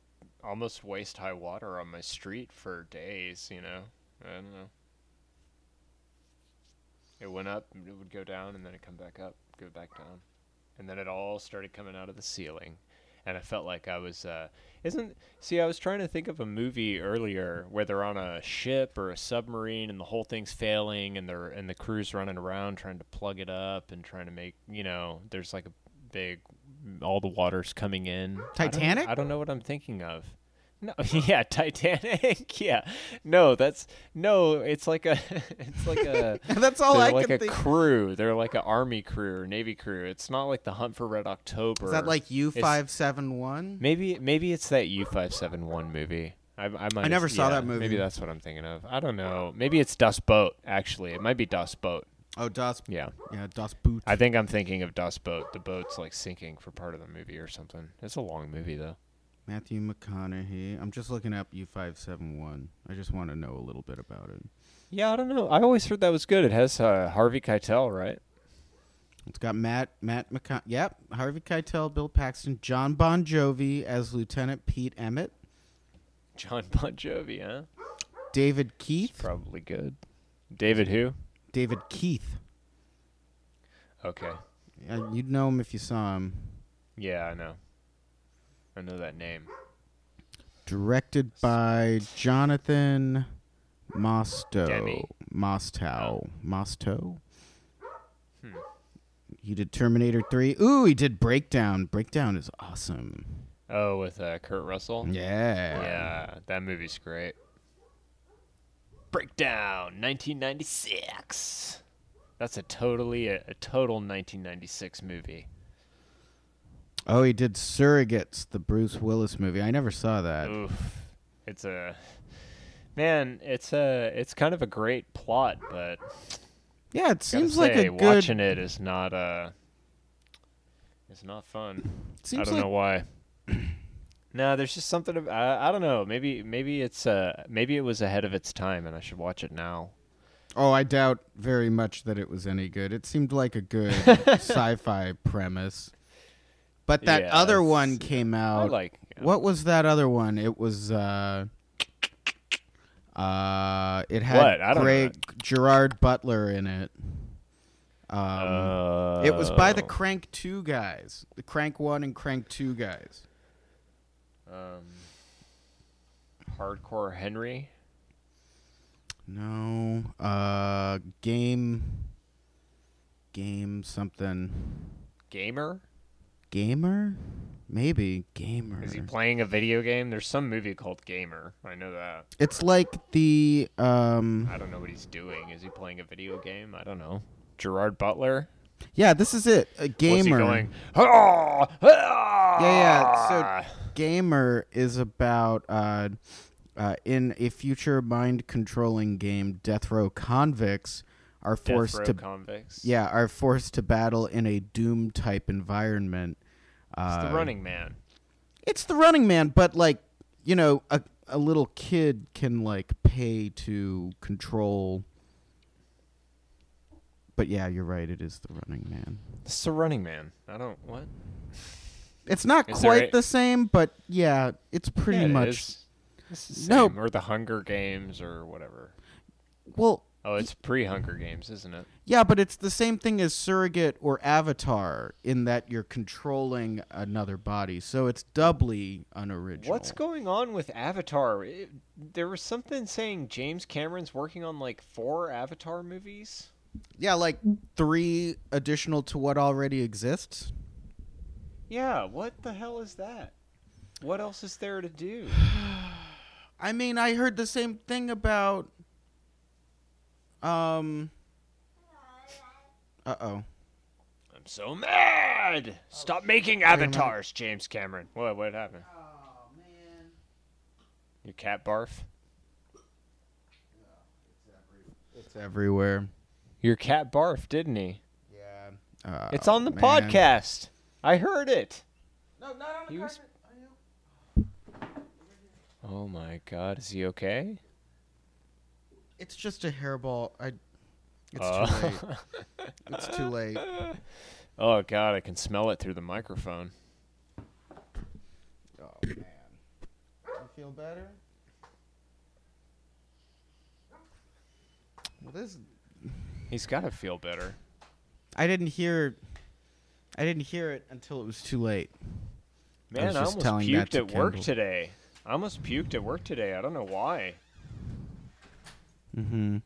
[SPEAKER 4] almost waist high water on my street for days. You know, I don't know. It went up, and it would go down, and then it come back up, go back down, and then it all started coming out of the ceiling, and I felt like I was. Uh, isn't see? I was trying to think of a movie earlier where they're on a ship or a submarine, and the whole thing's failing, and they're and the crew's running around trying to plug it up and trying to make you know. There's like a big, all the water's coming in. I don't-
[SPEAKER 2] Titanic?
[SPEAKER 4] I don't know what I'm thinking of. No, yeah, Titanic. Yeah, no, that's no. It's like a, it's like a.
[SPEAKER 2] That's all
[SPEAKER 4] they're
[SPEAKER 2] I
[SPEAKER 4] like
[SPEAKER 2] can
[SPEAKER 4] a
[SPEAKER 2] think.
[SPEAKER 4] crew. They're like an army crew or navy crew. It's not like the Hunt for Red October.
[SPEAKER 2] Is that like U five seven one?
[SPEAKER 4] Maybe maybe it's that U five seven one movie. I, I, might have-
[SPEAKER 2] never saw
[SPEAKER 4] yeah,
[SPEAKER 2] that movie.
[SPEAKER 4] Maybe that's what I'm thinking of. I don't know. Maybe it's Dust Boat. Actually, it might be Dust Boat.
[SPEAKER 2] Oh, Das.
[SPEAKER 4] Yeah,
[SPEAKER 2] Yeah, Das Boot.
[SPEAKER 4] I think I'm thinking of Dust Boat. The boat's like sinking for part of the movie or something. It's a long movie though.
[SPEAKER 2] Matthew McConaughey. I'm just looking up U five seven one. I just want to know a little bit about it.
[SPEAKER 4] Yeah, I don't know. I always heard that was good. It has uh, Harvey Keitel, right?
[SPEAKER 2] It's got Matt Matt McCon- Yep, Harvey Keitel, Bill Paxton, John Bon Jovi as Lieutenant Pete Emmett,
[SPEAKER 4] John Bon Jovi, huh?
[SPEAKER 2] David Keith,
[SPEAKER 4] Probably good. David who?
[SPEAKER 2] David Keith.
[SPEAKER 4] Okay.
[SPEAKER 2] Uh, you'd know him if you saw him.
[SPEAKER 4] Yeah, I know. I know that name.
[SPEAKER 2] Directed by Jonathan Mostow.
[SPEAKER 4] Demi.
[SPEAKER 2] Mostow. Mostow. He did Terminator 3. Ooh, he did Breakdown. Breakdown is awesome.
[SPEAKER 4] Oh, with uh, Kurt Russell.
[SPEAKER 2] Yeah.
[SPEAKER 4] Yeah, that movie's great. Breakdown, 1996. That's a totally a, a total 1996 movie.
[SPEAKER 2] Oh, he did Surrogates, the Bruce Willis movie. I never saw that.
[SPEAKER 4] Oof, it's a man. It's a it's kind of a great plot, but
[SPEAKER 2] Yeah, it
[SPEAKER 4] gotta
[SPEAKER 2] seems like
[SPEAKER 4] say,
[SPEAKER 2] a good
[SPEAKER 4] watching it is not uh it's not fun. I
[SPEAKER 2] Seems
[SPEAKER 4] don't
[SPEAKER 2] like-
[SPEAKER 4] know why. no, there's just something of I, I don't know. Maybe maybe it's uh maybe it was ahead of its time, and I should watch it now.
[SPEAKER 2] Oh, I doubt very much that it was any good. It seemed like a good sci-fi premise. But that
[SPEAKER 4] Yeah,
[SPEAKER 2] other
[SPEAKER 4] it's-
[SPEAKER 2] one came out. um,
[SPEAKER 4] like- yeah.
[SPEAKER 2] What was that other one? It was uh uh it had
[SPEAKER 4] What? I don't know.
[SPEAKER 2] Greg Gerard Butler in it. Um it was by the
[SPEAKER 4] Oh.
[SPEAKER 2] Crank 2 guys. The Crank 1 and Crank 2 guys.
[SPEAKER 4] um, Hardcore Henry.
[SPEAKER 2] No. Uh game Game something.
[SPEAKER 4] Gamer?
[SPEAKER 2] Gamer? Maybe. Gamer.
[SPEAKER 4] Is he playing a video game? There's some movie called Gamer. I know that.
[SPEAKER 2] It's like the um
[SPEAKER 4] I don't know what he's doing. Is he playing a video game? I don't know. Gerard Butler?
[SPEAKER 2] yeah, this is it. A gamer.
[SPEAKER 4] Was he going? "Ah, ah!"
[SPEAKER 2] Yeah, yeah. So gamer is about uh, uh, in a future mind controlling game, death row convicts are
[SPEAKER 4] Death
[SPEAKER 2] forced
[SPEAKER 4] row
[SPEAKER 2] to
[SPEAKER 4] convicts.
[SPEAKER 2] yeah are forced to battle in a doom type environment. Uh,
[SPEAKER 4] It's the Running Man.
[SPEAKER 2] It's the Running Man, but like you know, a a little kid can like pay to control. But yeah, you're right. It is the Running Man.
[SPEAKER 4] It's the Running Man. I don't what.
[SPEAKER 2] It's not
[SPEAKER 4] Is there
[SPEAKER 2] quite
[SPEAKER 4] a-
[SPEAKER 2] the same, but yeah, it's pretty
[SPEAKER 4] Yeah, it
[SPEAKER 2] much.
[SPEAKER 4] is. It's the
[SPEAKER 2] No.
[SPEAKER 4] same, or the Hunger Games, or whatever.
[SPEAKER 2] Well,
[SPEAKER 4] Oh, it's pre-Hunger Games, isn't it?
[SPEAKER 2] yeah, but it's the same thing as surrogate or avatar in that you're controlling another body, so it's doubly unoriginal.
[SPEAKER 4] What's going on with Avatar? It- there was something saying James Cameron's working on like four Avatar movies.
[SPEAKER 2] Yeah, like three additional to what already exists.
[SPEAKER 4] Yeah, what the hell is that? What else is there to do?
[SPEAKER 2] I mean, I heard the same thing about. Um. Uh oh.
[SPEAKER 4] I'm so mad! Stop making avatars, James Cameron. What? What happened? Your cat barf.
[SPEAKER 2] It's everywhere.
[SPEAKER 4] Your cat barf, didn't he?
[SPEAKER 2] Yeah. Uh,
[SPEAKER 4] it's on the
[SPEAKER 2] man.
[SPEAKER 4] podcast. I heard it.
[SPEAKER 2] No, not on
[SPEAKER 4] He was- Oh my god, is he okay?
[SPEAKER 2] It's just a hairball. I. It's too late.
[SPEAKER 4] Uh,
[SPEAKER 2] It's too late.
[SPEAKER 4] oh god, I can smell it through the microphone.
[SPEAKER 2] Oh man. You feel better? Well, this
[SPEAKER 4] He's got to feel better.
[SPEAKER 2] I didn't hear. I didn't hear it until it was too late.
[SPEAKER 4] Man, I,
[SPEAKER 2] was just
[SPEAKER 4] almost
[SPEAKER 2] telling that
[SPEAKER 4] puked
[SPEAKER 2] to
[SPEAKER 4] at work
[SPEAKER 2] Kendall.
[SPEAKER 4] today. I almost puked at work today. I don't know why.
[SPEAKER 2] Mm-hmm.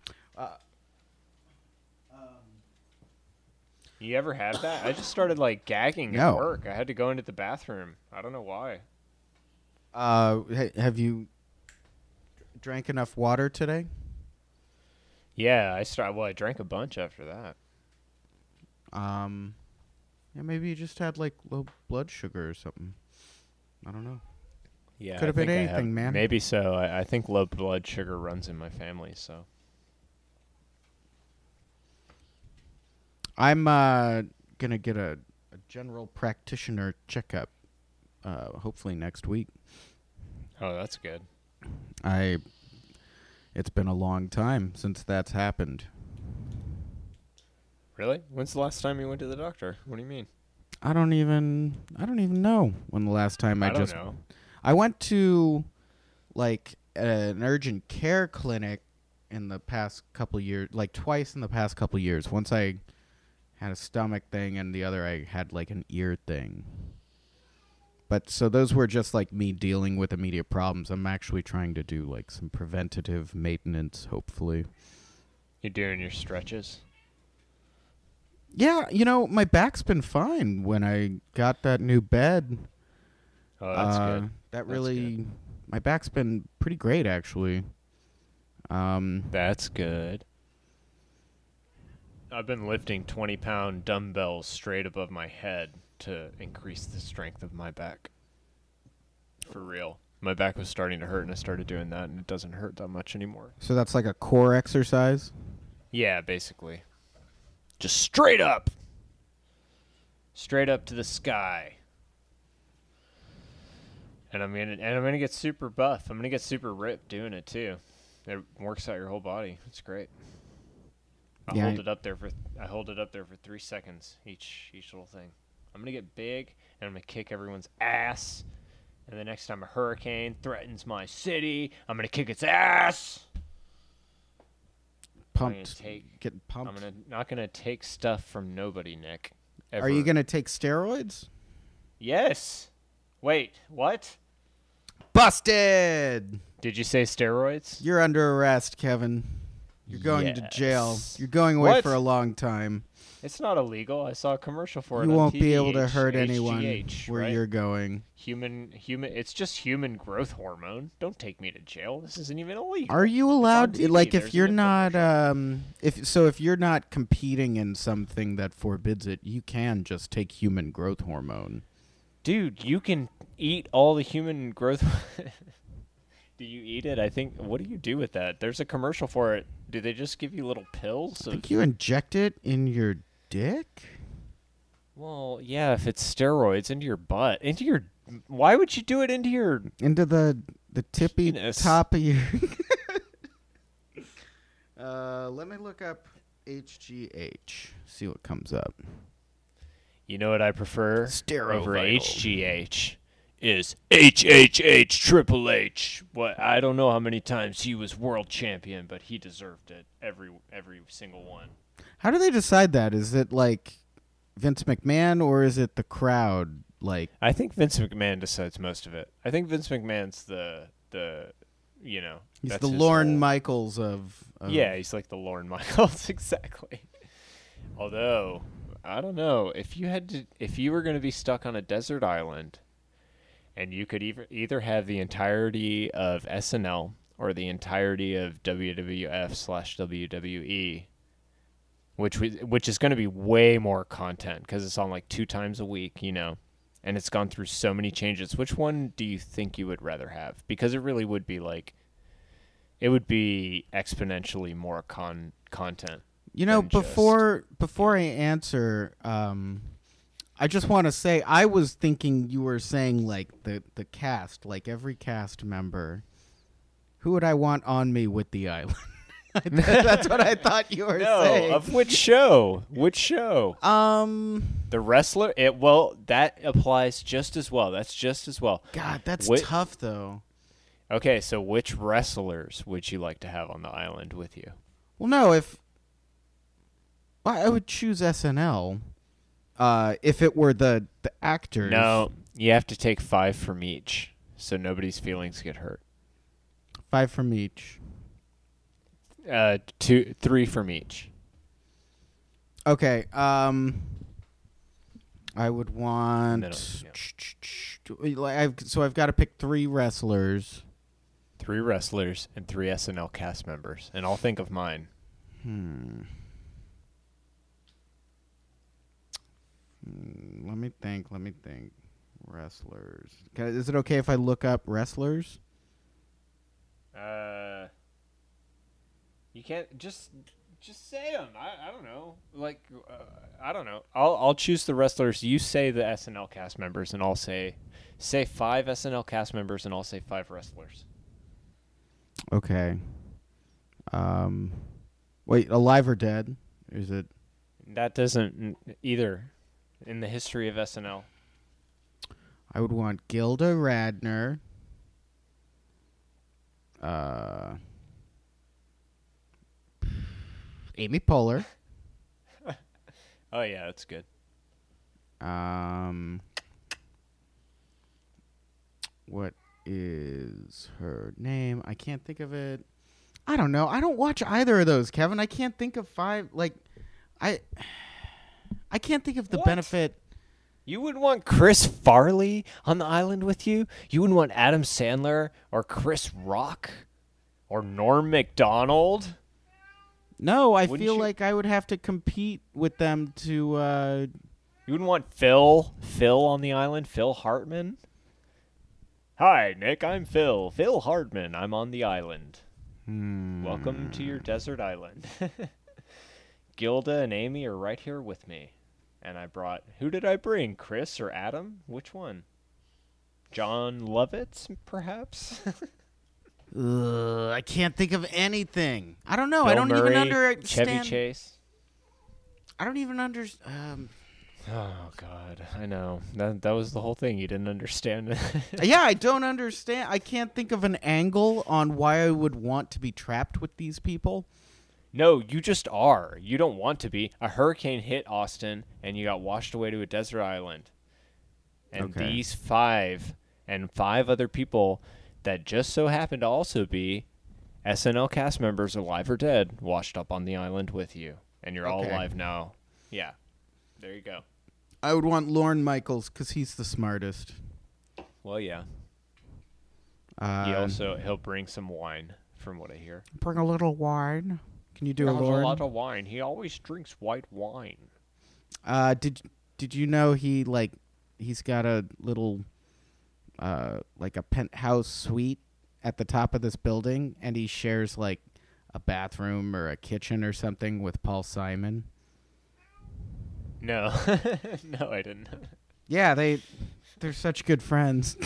[SPEAKER 4] You ever have that? I just started like gagging
[SPEAKER 2] No.
[SPEAKER 4] at work. I had to go into the bathroom. I don't know why.
[SPEAKER 2] Uh, ha- have you drank enough water today?
[SPEAKER 4] Yeah, I start. Well, I drank a bunch after that.
[SPEAKER 2] Um, yeah, maybe you just had like low blood sugar or something. I don't know.
[SPEAKER 4] Yeah,
[SPEAKER 2] Could have been anything, man.
[SPEAKER 4] Maybe so. I, I think low blood sugar runs in my family. So
[SPEAKER 2] I'm uh gonna get a, a general practitioner checkup. Uh, hopefully next week.
[SPEAKER 4] oh, that's good.
[SPEAKER 2] I. It's been a long time since that's happened.
[SPEAKER 4] Really? When's the last time you went to the doctor? What do you mean?
[SPEAKER 2] I don't even. I don't even know when the last time I,
[SPEAKER 4] I don't
[SPEAKER 2] just
[SPEAKER 4] know.
[SPEAKER 2] I went to like an urgent care clinic in the past couple years, like twice in the past couple years. Once I had a stomach thing, and the other I had like an ear thing. But so those were just like me dealing with immediate problems. I'm actually trying to do like some preventative maintenance, hopefully.
[SPEAKER 4] You're doing your stretches.
[SPEAKER 2] Yeah, you know, my back's been fine when I got that new bed.
[SPEAKER 4] Oh, that's
[SPEAKER 2] Uh,
[SPEAKER 4] good.
[SPEAKER 2] That
[SPEAKER 4] That's
[SPEAKER 2] really, my back's been pretty great actually. Um,
[SPEAKER 4] That's good. I've been lifting 20 pound dumbbells straight above my head to increase the strength of my back. For real. My back was starting to hurt, and I started doing that, and it doesn't hurt that much anymore.
[SPEAKER 2] So that's like a core exercise.
[SPEAKER 4] Yeah, basically. Just straight up. Straight up to the sky. And I'm gonna and I'm gonna get super buff. I'm gonna get super ripped doing it too. It works out your whole body. It's great. I
[SPEAKER 2] Yeah,
[SPEAKER 4] hold
[SPEAKER 2] I-
[SPEAKER 4] it up there for I hold it up there for three seconds each each little thing. I'm gonna get big and I'm gonna kick everyone's ass. And the next time a hurricane threatens my city, I'm gonna kick its ass.
[SPEAKER 2] Pumped.
[SPEAKER 4] take-
[SPEAKER 2] Getting pumped.
[SPEAKER 4] I'm gonna not gonna take stuff from nobody, Nick.
[SPEAKER 2] Are you
[SPEAKER 4] Ever.
[SPEAKER 2] gonna take steroids?
[SPEAKER 4] Yes. Wait. What?
[SPEAKER 2] Busted!
[SPEAKER 4] Did you say steroids?
[SPEAKER 2] You're under arrest, Kevin. You're going to jail.
[SPEAKER 4] Yes.
[SPEAKER 2] You're going away
[SPEAKER 4] What?
[SPEAKER 2] for a long time.
[SPEAKER 4] It's not illegal. I saw a commercial for it.
[SPEAKER 2] you
[SPEAKER 4] on
[SPEAKER 2] won't be able to
[SPEAKER 4] TVH,
[SPEAKER 2] hurt anyone
[SPEAKER 4] HGH,
[SPEAKER 2] where
[SPEAKER 4] right?
[SPEAKER 2] you're going.
[SPEAKER 4] human human it's just human growth hormone don't take me to jail this isn't even illegal
[SPEAKER 2] Are you allowed
[SPEAKER 4] TV,
[SPEAKER 2] like
[SPEAKER 4] there's
[SPEAKER 2] if
[SPEAKER 4] a
[SPEAKER 2] you're
[SPEAKER 4] good
[SPEAKER 2] not um if so if you're not competing in something that forbids it, you can just take human growth hormone.
[SPEAKER 4] dude you can eat all the human growth do you eat it i think what do you do with that there's a commercial for it do they just give you little pills
[SPEAKER 2] I
[SPEAKER 4] of,
[SPEAKER 2] think you inject it in your dick?
[SPEAKER 4] well yeah if it's steroids into your butt into your why would you do it into your
[SPEAKER 2] Into the the tippy
[SPEAKER 4] Penis.
[SPEAKER 2] top of your Uh let me look up HGH. See what comes up.
[SPEAKER 4] you know what i prefer over
[SPEAKER 2] Sterovital.
[SPEAKER 4] hgh is hhh triple h what i don't know how many times he was world champion but he deserved it every every single one
[SPEAKER 2] How do they decide that? Is it like Vince McMahon or is it the crowd like
[SPEAKER 4] I think Vince McMahon decides most of it. I think Vince McMahon's the the you know
[SPEAKER 2] He's
[SPEAKER 4] that's
[SPEAKER 2] the
[SPEAKER 4] his
[SPEAKER 2] Lorne
[SPEAKER 4] whole-
[SPEAKER 2] Michaels of, of
[SPEAKER 4] Yeah, he's like the Lorne Michaels exactly. Although I don't know if you had to if you were going to be stuck on a desert island, and you could either either have the entirety of SNL or the entirety of WWF slash WWE. Which, we, which is going to be way more content because it's on like two times a week, you know, and it's gone through so many changes. Which one do you think you would rather have? Because it really would be like it would be exponentially more con content.
[SPEAKER 2] You know,
[SPEAKER 4] than just-
[SPEAKER 2] before before I answer, um, I just want to say I was thinking you were saying like the the cast, like every cast member. Who would I want on me with the island? That's what I thought you were saying.
[SPEAKER 4] of which show? Which show?
[SPEAKER 2] um,
[SPEAKER 4] The wrestler. It well that applies just as well. That's just as well.
[SPEAKER 2] God, that's
[SPEAKER 4] Wait.
[SPEAKER 2] tough though.
[SPEAKER 4] Okay, so which wrestlers would you like to have on the island with you?
[SPEAKER 2] Well, no, if well, I would choose SNL, uh, if it were the the actors.
[SPEAKER 4] No, you have to take five from each, so nobody's feelings get hurt.
[SPEAKER 2] five from each.
[SPEAKER 4] Uh, two, three from each.
[SPEAKER 2] Okay. Um, I would want.
[SPEAKER 4] Middle, yeah.
[SPEAKER 2] uh, Like, I've, so I've got to pick three wrestlers.
[SPEAKER 4] Three wrestlers and three SNL cast members, and I'll think of mine.
[SPEAKER 2] Mm, Let me think. Let me think. Wrestlers. Ca- Is it okay if I look up wrestlers?
[SPEAKER 4] Uh, you can't just just say them. I, I don't know. Like uh, I don't know. I'll I'll choose the wrestlers. You say the SNL cast members, and I'll say say five SNL cast members, and I'll say five wrestlers.
[SPEAKER 2] Okay. Um, wait. Alive or dead? Is it?
[SPEAKER 4] That doesn't n- either in the history of SNL.
[SPEAKER 2] I would want Gilda Radner. Uh, Amy Poehler.
[SPEAKER 4] Oh yeah, that's good.
[SPEAKER 2] Um, what is her name? I can't think of it. I don't know. I don't watch either of those, Kevin. I can't think of five. Like, I, I can't think of the
[SPEAKER 4] What?
[SPEAKER 2] benefit.
[SPEAKER 4] You wouldn't want Chris Farley on the island with you. You wouldn't want Adam Sandler or Chris Rock or Norm Macdonald.
[SPEAKER 2] No, I
[SPEAKER 4] Wouldn't
[SPEAKER 2] feel
[SPEAKER 4] you-
[SPEAKER 2] like I would have to compete with them to. Uh,
[SPEAKER 4] You wouldn't want Phil, Phil on the island, Phil Hartman. Hi, Nick. I'm Phil. Phil Hartman. I'm on the island. Welcome to your desert island. Gilda and Amy are right here with me. And I brought who did I bring? Chris or Adam? Which one? John Lovitz, perhaps?
[SPEAKER 2] ugh, I can't think of anything. I don't know. Oh, I
[SPEAKER 4] Bill
[SPEAKER 2] don't
[SPEAKER 4] Murray,
[SPEAKER 2] even understand.
[SPEAKER 4] Chevy Chase.
[SPEAKER 2] I don't even under. Um,
[SPEAKER 4] Oh God, I know that that was the whole thing. You didn't understand it.
[SPEAKER 2] yeah, I don't understand. I can't think of an angle on why I would want to be trapped with these people.
[SPEAKER 4] No, you just are. You don't want to be. A hurricane hit Austin and you got washed away to a desert island. And
[SPEAKER 2] Okay.
[SPEAKER 4] these five and five other people that just so happened to also be SNL cast members alive or dead washed up on the island with you. And you're all
[SPEAKER 2] Okay.
[SPEAKER 4] alive now. Yeah. There you go.
[SPEAKER 2] I would want Lorne Michaels because he's the smartest.
[SPEAKER 4] Well, yeah.
[SPEAKER 2] Uh,
[SPEAKER 4] He also he'll bring some wine, from what I hear.
[SPEAKER 2] bring a little wine. Can you do
[SPEAKER 4] He
[SPEAKER 2] a
[SPEAKER 4] has a
[SPEAKER 2] Lorne?
[SPEAKER 4] lot of wine. He always drinks white wine.
[SPEAKER 2] Uh, did did you know he like he's got a little uh like a penthouse suite at the top of this building, and he shares like a bathroom or a kitchen or something with Paul Simon.
[SPEAKER 4] No, no, I didn't.
[SPEAKER 2] Yeah, they they're such good friends.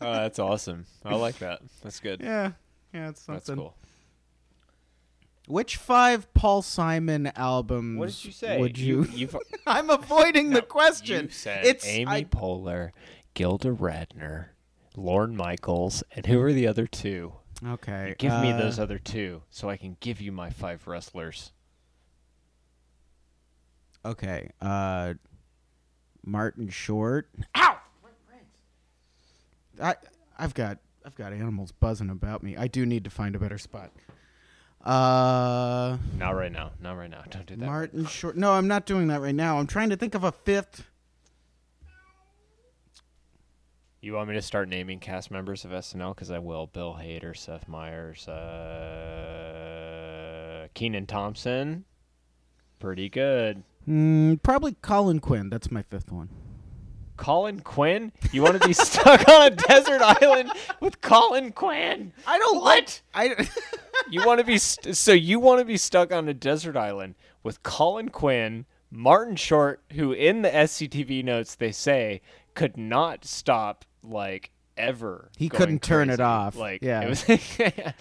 [SPEAKER 4] Oh, that's awesome. I like that. That's good.
[SPEAKER 2] yeah, yeah, it's something.
[SPEAKER 4] that's cool.
[SPEAKER 2] Which five Paul Simon albums?
[SPEAKER 4] What did you say?
[SPEAKER 2] Would you?
[SPEAKER 4] you've
[SPEAKER 2] I'm avoiding the
[SPEAKER 4] No,
[SPEAKER 2] question.
[SPEAKER 4] You said
[SPEAKER 2] it's
[SPEAKER 4] Amy
[SPEAKER 2] I-
[SPEAKER 4] Poehler, Gilda Radner, Lorne Michaels, and who are the other two?
[SPEAKER 2] okay.
[SPEAKER 4] Give me
[SPEAKER 2] uh,
[SPEAKER 4] those other two so I can give you my five wrestlers.
[SPEAKER 2] Okay. Uh, Martin Short. Ow! I I've got I've got animals buzzing about me. I do need to find a better spot. Uh,
[SPEAKER 4] Not right now. Not right now. Don't do that.
[SPEAKER 2] Martin Short. No, I'm not doing that right now. I'm trying to think of a fifth.
[SPEAKER 4] you want me to start naming cast members of SNL? Because I will. Bill Hader, Seth Meyers, uh, Keenan Thompson. Pretty good.
[SPEAKER 2] Mm, probably Colin Quinn. That's my fifth one.
[SPEAKER 4] Colin Quinn? You want to be stuck on a desert island with Colin Quinn?
[SPEAKER 2] I don't what? I
[SPEAKER 4] You want to be st- so you want to be stuck on a desert island with Colin Quinn, Martin Short, who in the SCTV notes they say could not stop like ever.
[SPEAKER 2] He
[SPEAKER 4] going
[SPEAKER 2] couldn't turn it
[SPEAKER 4] crazy.
[SPEAKER 2] off.
[SPEAKER 4] Like
[SPEAKER 2] Yeah.
[SPEAKER 4] it was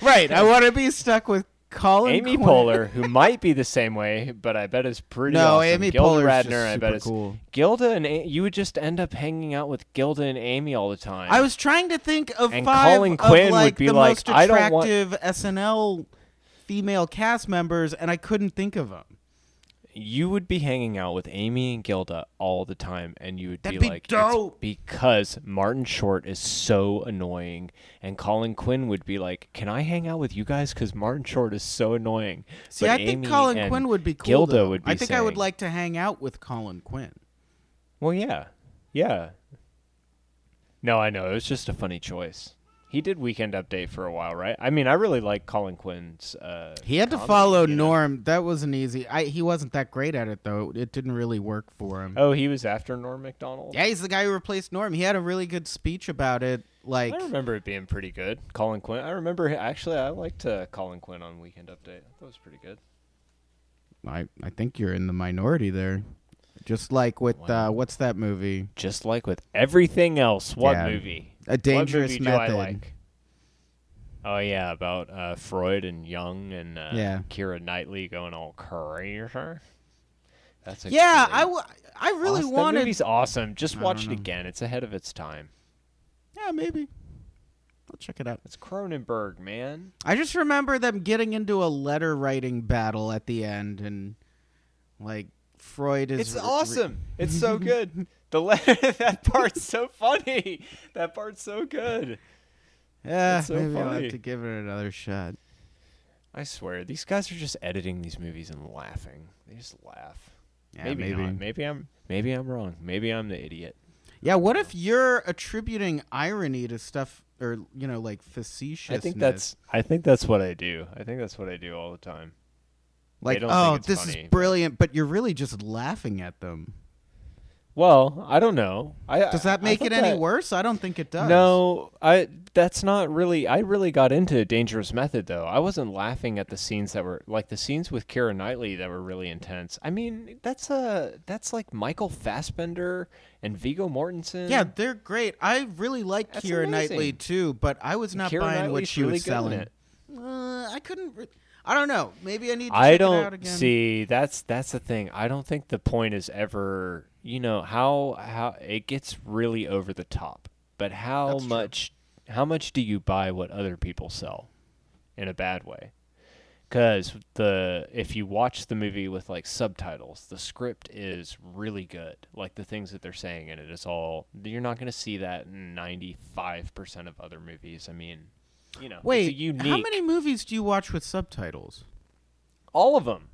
[SPEAKER 2] right. I want to be stuck with Colin.
[SPEAKER 4] Amy
[SPEAKER 2] Quinn.
[SPEAKER 4] Poehler, who might be the same way, but I bet is pretty.
[SPEAKER 2] No,
[SPEAKER 4] awesome.
[SPEAKER 2] Amy
[SPEAKER 4] Gilda
[SPEAKER 2] Poehler's
[SPEAKER 4] Radner,
[SPEAKER 2] just
[SPEAKER 4] I
[SPEAKER 2] super
[SPEAKER 4] bet is
[SPEAKER 2] cool.
[SPEAKER 4] Gilda and a- you would just end up hanging out with Gilda and Amy all the time.
[SPEAKER 2] I was trying to think of
[SPEAKER 4] And
[SPEAKER 2] five
[SPEAKER 4] Colin
[SPEAKER 2] of
[SPEAKER 4] Quinn would
[SPEAKER 2] like
[SPEAKER 4] be
[SPEAKER 2] the
[SPEAKER 4] like,
[SPEAKER 2] most
[SPEAKER 4] "I don't want-"
[SPEAKER 2] attractive SNL female cast members, and I couldn't think of them.
[SPEAKER 4] you would be hanging out with Amy and Gilda all the time, and you would
[SPEAKER 2] That'd
[SPEAKER 4] be,
[SPEAKER 2] be
[SPEAKER 4] like, "It's
[SPEAKER 2] dope."
[SPEAKER 4] because Martin Short is so annoying, and Colin Quinn would be like, "Can I hang out with you guys? Because Martin Short is so annoying."
[SPEAKER 2] See,
[SPEAKER 4] But
[SPEAKER 2] I think
[SPEAKER 4] Amy
[SPEAKER 2] Colin
[SPEAKER 4] and
[SPEAKER 2] Quinn would be cool.
[SPEAKER 4] Gilda
[SPEAKER 2] though.
[SPEAKER 4] would be.
[SPEAKER 2] I think I would
[SPEAKER 4] saying,
[SPEAKER 2] like to hang out with Colin Quinn.
[SPEAKER 4] Well, yeah, yeah. No, I know it was just a funny choice. He did Weekend Update for a while, right? I mean, I really like Colin Quinn's. Uh,
[SPEAKER 2] He had to
[SPEAKER 4] comedy,
[SPEAKER 2] follow
[SPEAKER 4] you know?
[SPEAKER 2] Norm. That wasn't easy. I, he wasn't that great at it though. It didn't really work for him.
[SPEAKER 4] Oh, he was after Norm Macdonald.
[SPEAKER 2] Yeah, he's the guy who replaced Norm. He had a really good speech about it. Like,
[SPEAKER 4] I remember it being pretty good. Colin Quinn. I remember actually I liked uh, Colin Quinn on Weekend Update. That was pretty good.
[SPEAKER 2] I, I think you're in the minority there. Just like with
[SPEAKER 4] Wow.
[SPEAKER 2] uh, what's that movie?
[SPEAKER 4] Just like with everything else, what
[SPEAKER 2] Yeah.
[SPEAKER 4] movie?
[SPEAKER 2] A Dangerous
[SPEAKER 4] what movie
[SPEAKER 2] Method.
[SPEAKER 4] Do I like? Oh yeah, about uh, Freud and Jung and uh,
[SPEAKER 2] Yeah.
[SPEAKER 4] Kira Knightley going all crazy. That's a
[SPEAKER 2] Yeah,
[SPEAKER 4] great-
[SPEAKER 2] I, w- I really
[SPEAKER 4] awesome. That
[SPEAKER 2] wanted.
[SPEAKER 4] movie's awesome. Just
[SPEAKER 2] I
[SPEAKER 4] watch it
[SPEAKER 2] don't know.
[SPEAKER 4] again. It's ahead of its time.
[SPEAKER 2] Yeah, maybe. I'll check it out.
[SPEAKER 4] It's Cronenberg, man.
[SPEAKER 2] I just remember them getting into a letter writing battle at the end, and like Freud is.
[SPEAKER 4] It's
[SPEAKER 2] re- re-
[SPEAKER 4] awesome. It's so good. The letter that part's so funny. That part's so good.
[SPEAKER 2] yeah,
[SPEAKER 4] It's so
[SPEAKER 2] maybe I'll
[SPEAKER 4] funny.
[SPEAKER 2] have to give it another shot.
[SPEAKER 4] I swear, these guys are just editing these movies and laughing. They just laugh.
[SPEAKER 2] Yeah,
[SPEAKER 4] maybe, not. Maybe I'm maybe I'm wrong. Maybe I'm the idiot.
[SPEAKER 2] Yeah, what if you're attributing irony to stuff, or you know, like facetiousness?
[SPEAKER 4] I think that's I think that's what I do. I think that's what I do all the time.
[SPEAKER 2] like,
[SPEAKER 4] don't
[SPEAKER 2] oh,
[SPEAKER 4] think it's
[SPEAKER 2] this
[SPEAKER 4] funny,
[SPEAKER 2] is
[SPEAKER 4] but-
[SPEAKER 2] brilliant, but you're really just laughing at them.
[SPEAKER 4] Well, I don't know. I
[SPEAKER 2] Does
[SPEAKER 4] I-
[SPEAKER 2] that
[SPEAKER 4] I
[SPEAKER 2] make
[SPEAKER 4] thought
[SPEAKER 2] it any
[SPEAKER 4] that-
[SPEAKER 2] worse? I don't think it does.
[SPEAKER 4] No, I that's not really I really got into Dangerous Method though. I wasn't laughing at the scenes that were like the scenes with Kira Knightley that were really intense. I mean, that's a that's like Michael Fassbender and Vigo Mortensen.
[SPEAKER 2] Yeah, they're great. I really like
[SPEAKER 4] That's
[SPEAKER 2] Kira Knightley
[SPEAKER 4] amazing.
[SPEAKER 2] too, but I was not
[SPEAKER 4] Keira
[SPEAKER 2] buying
[SPEAKER 4] Knightley's
[SPEAKER 2] what she
[SPEAKER 4] really
[SPEAKER 2] was
[SPEAKER 4] good in
[SPEAKER 2] selling.
[SPEAKER 4] it.
[SPEAKER 2] Uh, I couldn't. Re- I don't know. Maybe I need. to check
[SPEAKER 4] I
[SPEAKER 2] it out
[SPEAKER 4] don't
[SPEAKER 2] again.
[SPEAKER 4] see that's that's the thing. I don't think the point is ever you know how how it gets really over the top. But how
[SPEAKER 2] That's true.
[SPEAKER 4] much how much do you buy what other people sell in a bad way? Cuz the if you watch the movie with like subtitles, the script is really good. Like the things that they're saying in it is all you're not going to see that in 95% of other movies. I mean, you know,
[SPEAKER 2] Wait,
[SPEAKER 4] it's a unique
[SPEAKER 2] how many movies do you watch with subtitles?
[SPEAKER 4] all of them.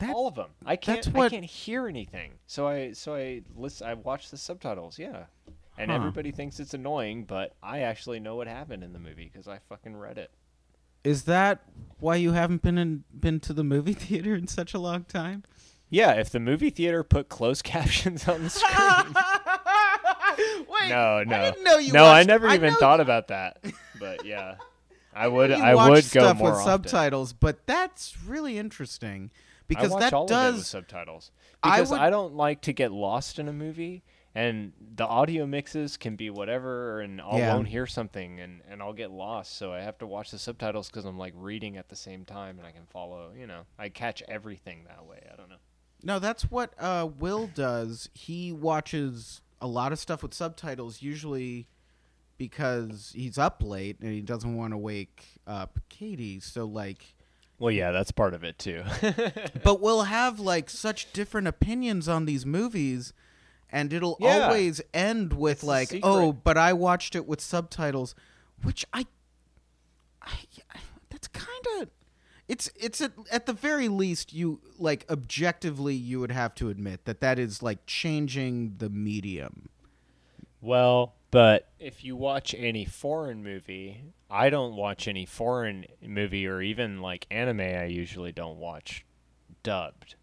[SPEAKER 2] That-
[SPEAKER 4] all of them. I can't.
[SPEAKER 2] that's what-
[SPEAKER 4] I can't hear anything. So I so I listen. I watch the subtitles. Yeah, and
[SPEAKER 2] Huh.
[SPEAKER 4] everybody thinks it's annoying, but I actually know what happened in the movie because I fucking read it.
[SPEAKER 2] Is that why you haven't been in, been to the movie theater in such a long time?
[SPEAKER 4] Yeah, if the movie theater put closed captions on the screen.
[SPEAKER 2] Wait,
[SPEAKER 4] no, no,
[SPEAKER 2] didn't know you
[SPEAKER 4] no. I
[SPEAKER 2] watched-
[SPEAKER 4] never
[SPEAKER 2] I
[SPEAKER 4] even
[SPEAKER 2] know
[SPEAKER 4] thought about that. But yeah, I would.
[SPEAKER 2] you
[SPEAKER 4] I
[SPEAKER 2] watch
[SPEAKER 4] would go
[SPEAKER 2] stuff
[SPEAKER 4] more
[SPEAKER 2] with
[SPEAKER 4] often.
[SPEAKER 2] subtitles, but that's really interesting
[SPEAKER 4] I
[SPEAKER 2] because
[SPEAKER 4] watch
[SPEAKER 2] that
[SPEAKER 4] all of it with
[SPEAKER 2] does
[SPEAKER 4] subtitles
[SPEAKER 2] I
[SPEAKER 4] because I,
[SPEAKER 2] would-
[SPEAKER 4] don't like to get lost in a movie, and the audio mixes can be whatever, and I
[SPEAKER 2] Yeah.
[SPEAKER 4] won't hear something, and and I'll get lost. So I have to watch the subtitles because I'm like reading at the same time, and I can follow. You know, I catch everything that way. I don't know.
[SPEAKER 2] No, that's what uh, Will does. He watches a lot of stuff with subtitles, usually because he's up late and he doesn't want to wake up Katie. So, like,
[SPEAKER 4] Well, yeah, that's part of it too.
[SPEAKER 2] but we'll have like such different opinions on these movies, and it'll
[SPEAKER 4] Yeah.
[SPEAKER 2] always end with
[SPEAKER 4] a
[SPEAKER 2] like,
[SPEAKER 4] secret.
[SPEAKER 2] "Oh, but I watched it with subtitles," which I, I, I- that's kind of. It's it's at, at the very least you like objectively you would have to admit that that is like changing the medium.
[SPEAKER 4] Well, but if you watch any foreign movie, I don't watch any foreign movie or even like anime. I usually don't watch dubbed.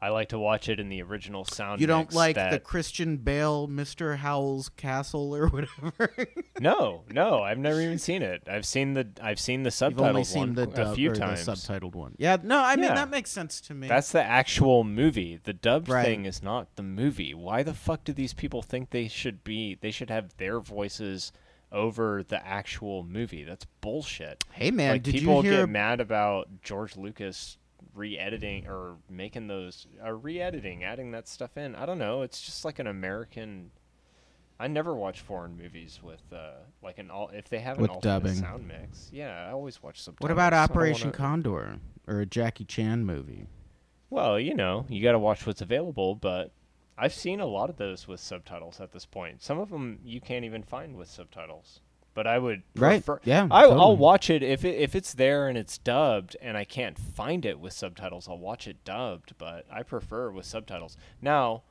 [SPEAKER 4] I like to watch it in the original sound.
[SPEAKER 2] You don't
[SPEAKER 4] mix
[SPEAKER 2] like the
[SPEAKER 4] that-
[SPEAKER 2] Christian Bale Mr. Howell's Castle or whatever.
[SPEAKER 4] no, no. I've never even seen it. I've seen the I've seen the
[SPEAKER 2] I've only
[SPEAKER 4] subtitles
[SPEAKER 2] seen
[SPEAKER 4] one
[SPEAKER 2] the
[SPEAKER 4] a
[SPEAKER 2] dub-
[SPEAKER 4] few
[SPEAKER 2] or the
[SPEAKER 4] times.
[SPEAKER 2] subtitled one. Yeah, no, I mean
[SPEAKER 4] Yeah.
[SPEAKER 2] that makes sense to me.
[SPEAKER 4] That's the actual movie. The dubbed
[SPEAKER 2] Right.
[SPEAKER 4] thing is not the movie. Why the fuck do these people think they should be? They should have their voices over the actual movie. That's bullshit.
[SPEAKER 2] Hey man,
[SPEAKER 4] like
[SPEAKER 2] did
[SPEAKER 4] people
[SPEAKER 2] you hear
[SPEAKER 4] get mad about George Lucas re-editing or making those uh, re-editing, adding that stuff in. I don't know. It's just like an American. I never watch foreign movies with uh, like an all if they have an
[SPEAKER 2] With
[SPEAKER 4] alternate
[SPEAKER 2] dubbing.
[SPEAKER 4] sound mix. Yeah, I always watch subtitles.
[SPEAKER 2] What about
[SPEAKER 4] I don't
[SPEAKER 2] Operation
[SPEAKER 4] wanna-
[SPEAKER 2] Condor or a Jackie Chan movie?
[SPEAKER 4] Well, you know, you got to watch what's available, but I've seen a lot of those with subtitles at this point. Some of them you can't even find with subtitles. But I would
[SPEAKER 2] Right,
[SPEAKER 4] prefer-
[SPEAKER 2] yeah,
[SPEAKER 4] I,
[SPEAKER 2] totally.
[SPEAKER 4] I'll watch it if it, if it's there and it's dubbed and I can't find it with subtitles. I'll watch it dubbed, but I prefer with subtitles. Now,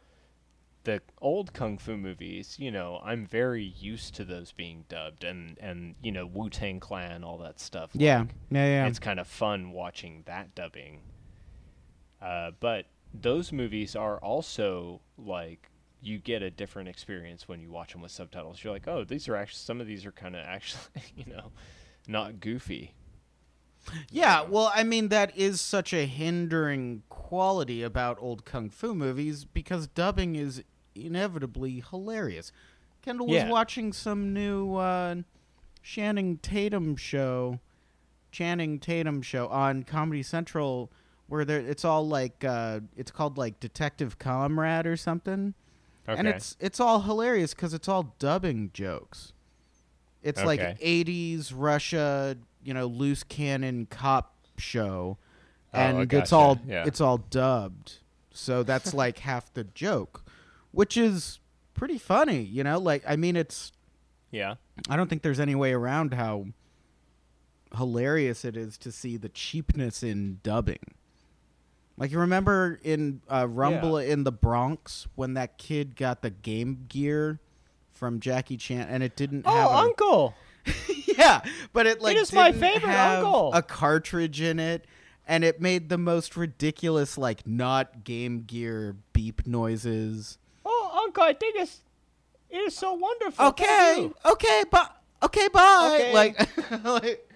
[SPEAKER 4] the old kung fu movies, you know, I'm very used to those being dubbed and and you know Wu Tang Clan, all that stuff.
[SPEAKER 2] Yeah,
[SPEAKER 4] like,
[SPEAKER 2] yeah, yeah.
[SPEAKER 4] it's kind of fun watching that dubbing. Uh, but those movies are also like you get a different experience when you watch them with subtitles. You're like, oh, these are actually some of these are kind of actually, you know, not goofy.
[SPEAKER 2] yeah, well, I mean that is such a hindering quality about old kung fu movies because dubbing is inevitably hilarious. Kendall
[SPEAKER 4] Yeah.
[SPEAKER 2] was watching some new uh, Channing Tatum show, Channing Tatum show on Comedy Central, where there it's all like uh, it's called like Detective Comrade or something.
[SPEAKER 4] Okay.
[SPEAKER 2] And it's it's all hilarious because it's all dubbing jokes. It's like
[SPEAKER 4] Okay.
[SPEAKER 2] '80s Russia, you know, loose cannon cop show,
[SPEAKER 4] Oh,
[SPEAKER 2] and
[SPEAKER 4] I
[SPEAKER 2] it's
[SPEAKER 4] gotcha.
[SPEAKER 2] all
[SPEAKER 4] Yeah.
[SPEAKER 2] it's all dubbed. So that's like half the joke, which is pretty funny. You know, like I mean, it's
[SPEAKER 4] yeah.
[SPEAKER 2] I don't think there's any way around how hilarious it is to see the cheapness in dubbing. Like you remember in uh, Rumble in the Bronx when that kid got the Game Gear from Jackie Chan and it didn't have a-
[SPEAKER 4] Oh, uncle.
[SPEAKER 2] yeah, but it like
[SPEAKER 4] is my
[SPEAKER 2] didn't
[SPEAKER 4] favorite
[SPEAKER 2] have
[SPEAKER 4] uncle.
[SPEAKER 2] a cartridge in it and it made the most ridiculous like not Game Gear beep noises.
[SPEAKER 4] Oh, uncle, I think it's it is so wonderful.
[SPEAKER 2] Okay, okay, bye. Okay, bye.
[SPEAKER 4] Okay.
[SPEAKER 2] Like, like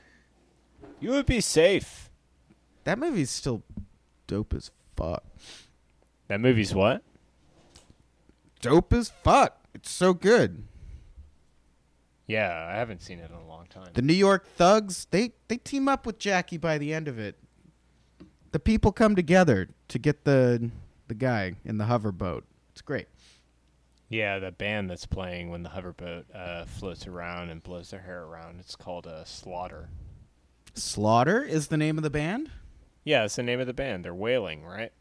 [SPEAKER 4] you would be safe.
[SPEAKER 2] That movie's still dope as fuck.
[SPEAKER 4] That movie's what?
[SPEAKER 2] Dope as fuck. It's so good.
[SPEAKER 4] Yeah, I haven't seen it in a long time.
[SPEAKER 2] The New York thugs, they they team up with Jackie by the end of it. The people come together to get the the guy in the hover boat. It's great.
[SPEAKER 4] Yeah, the band that's playing when the hoverboat uh, floats around and blows their hair around. It's called uh, Slaughter.
[SPEAKER 2] Slaughter is the name of the band?
[SPEAKER 4] Yeah, it's the name of the band. They're wailing, right?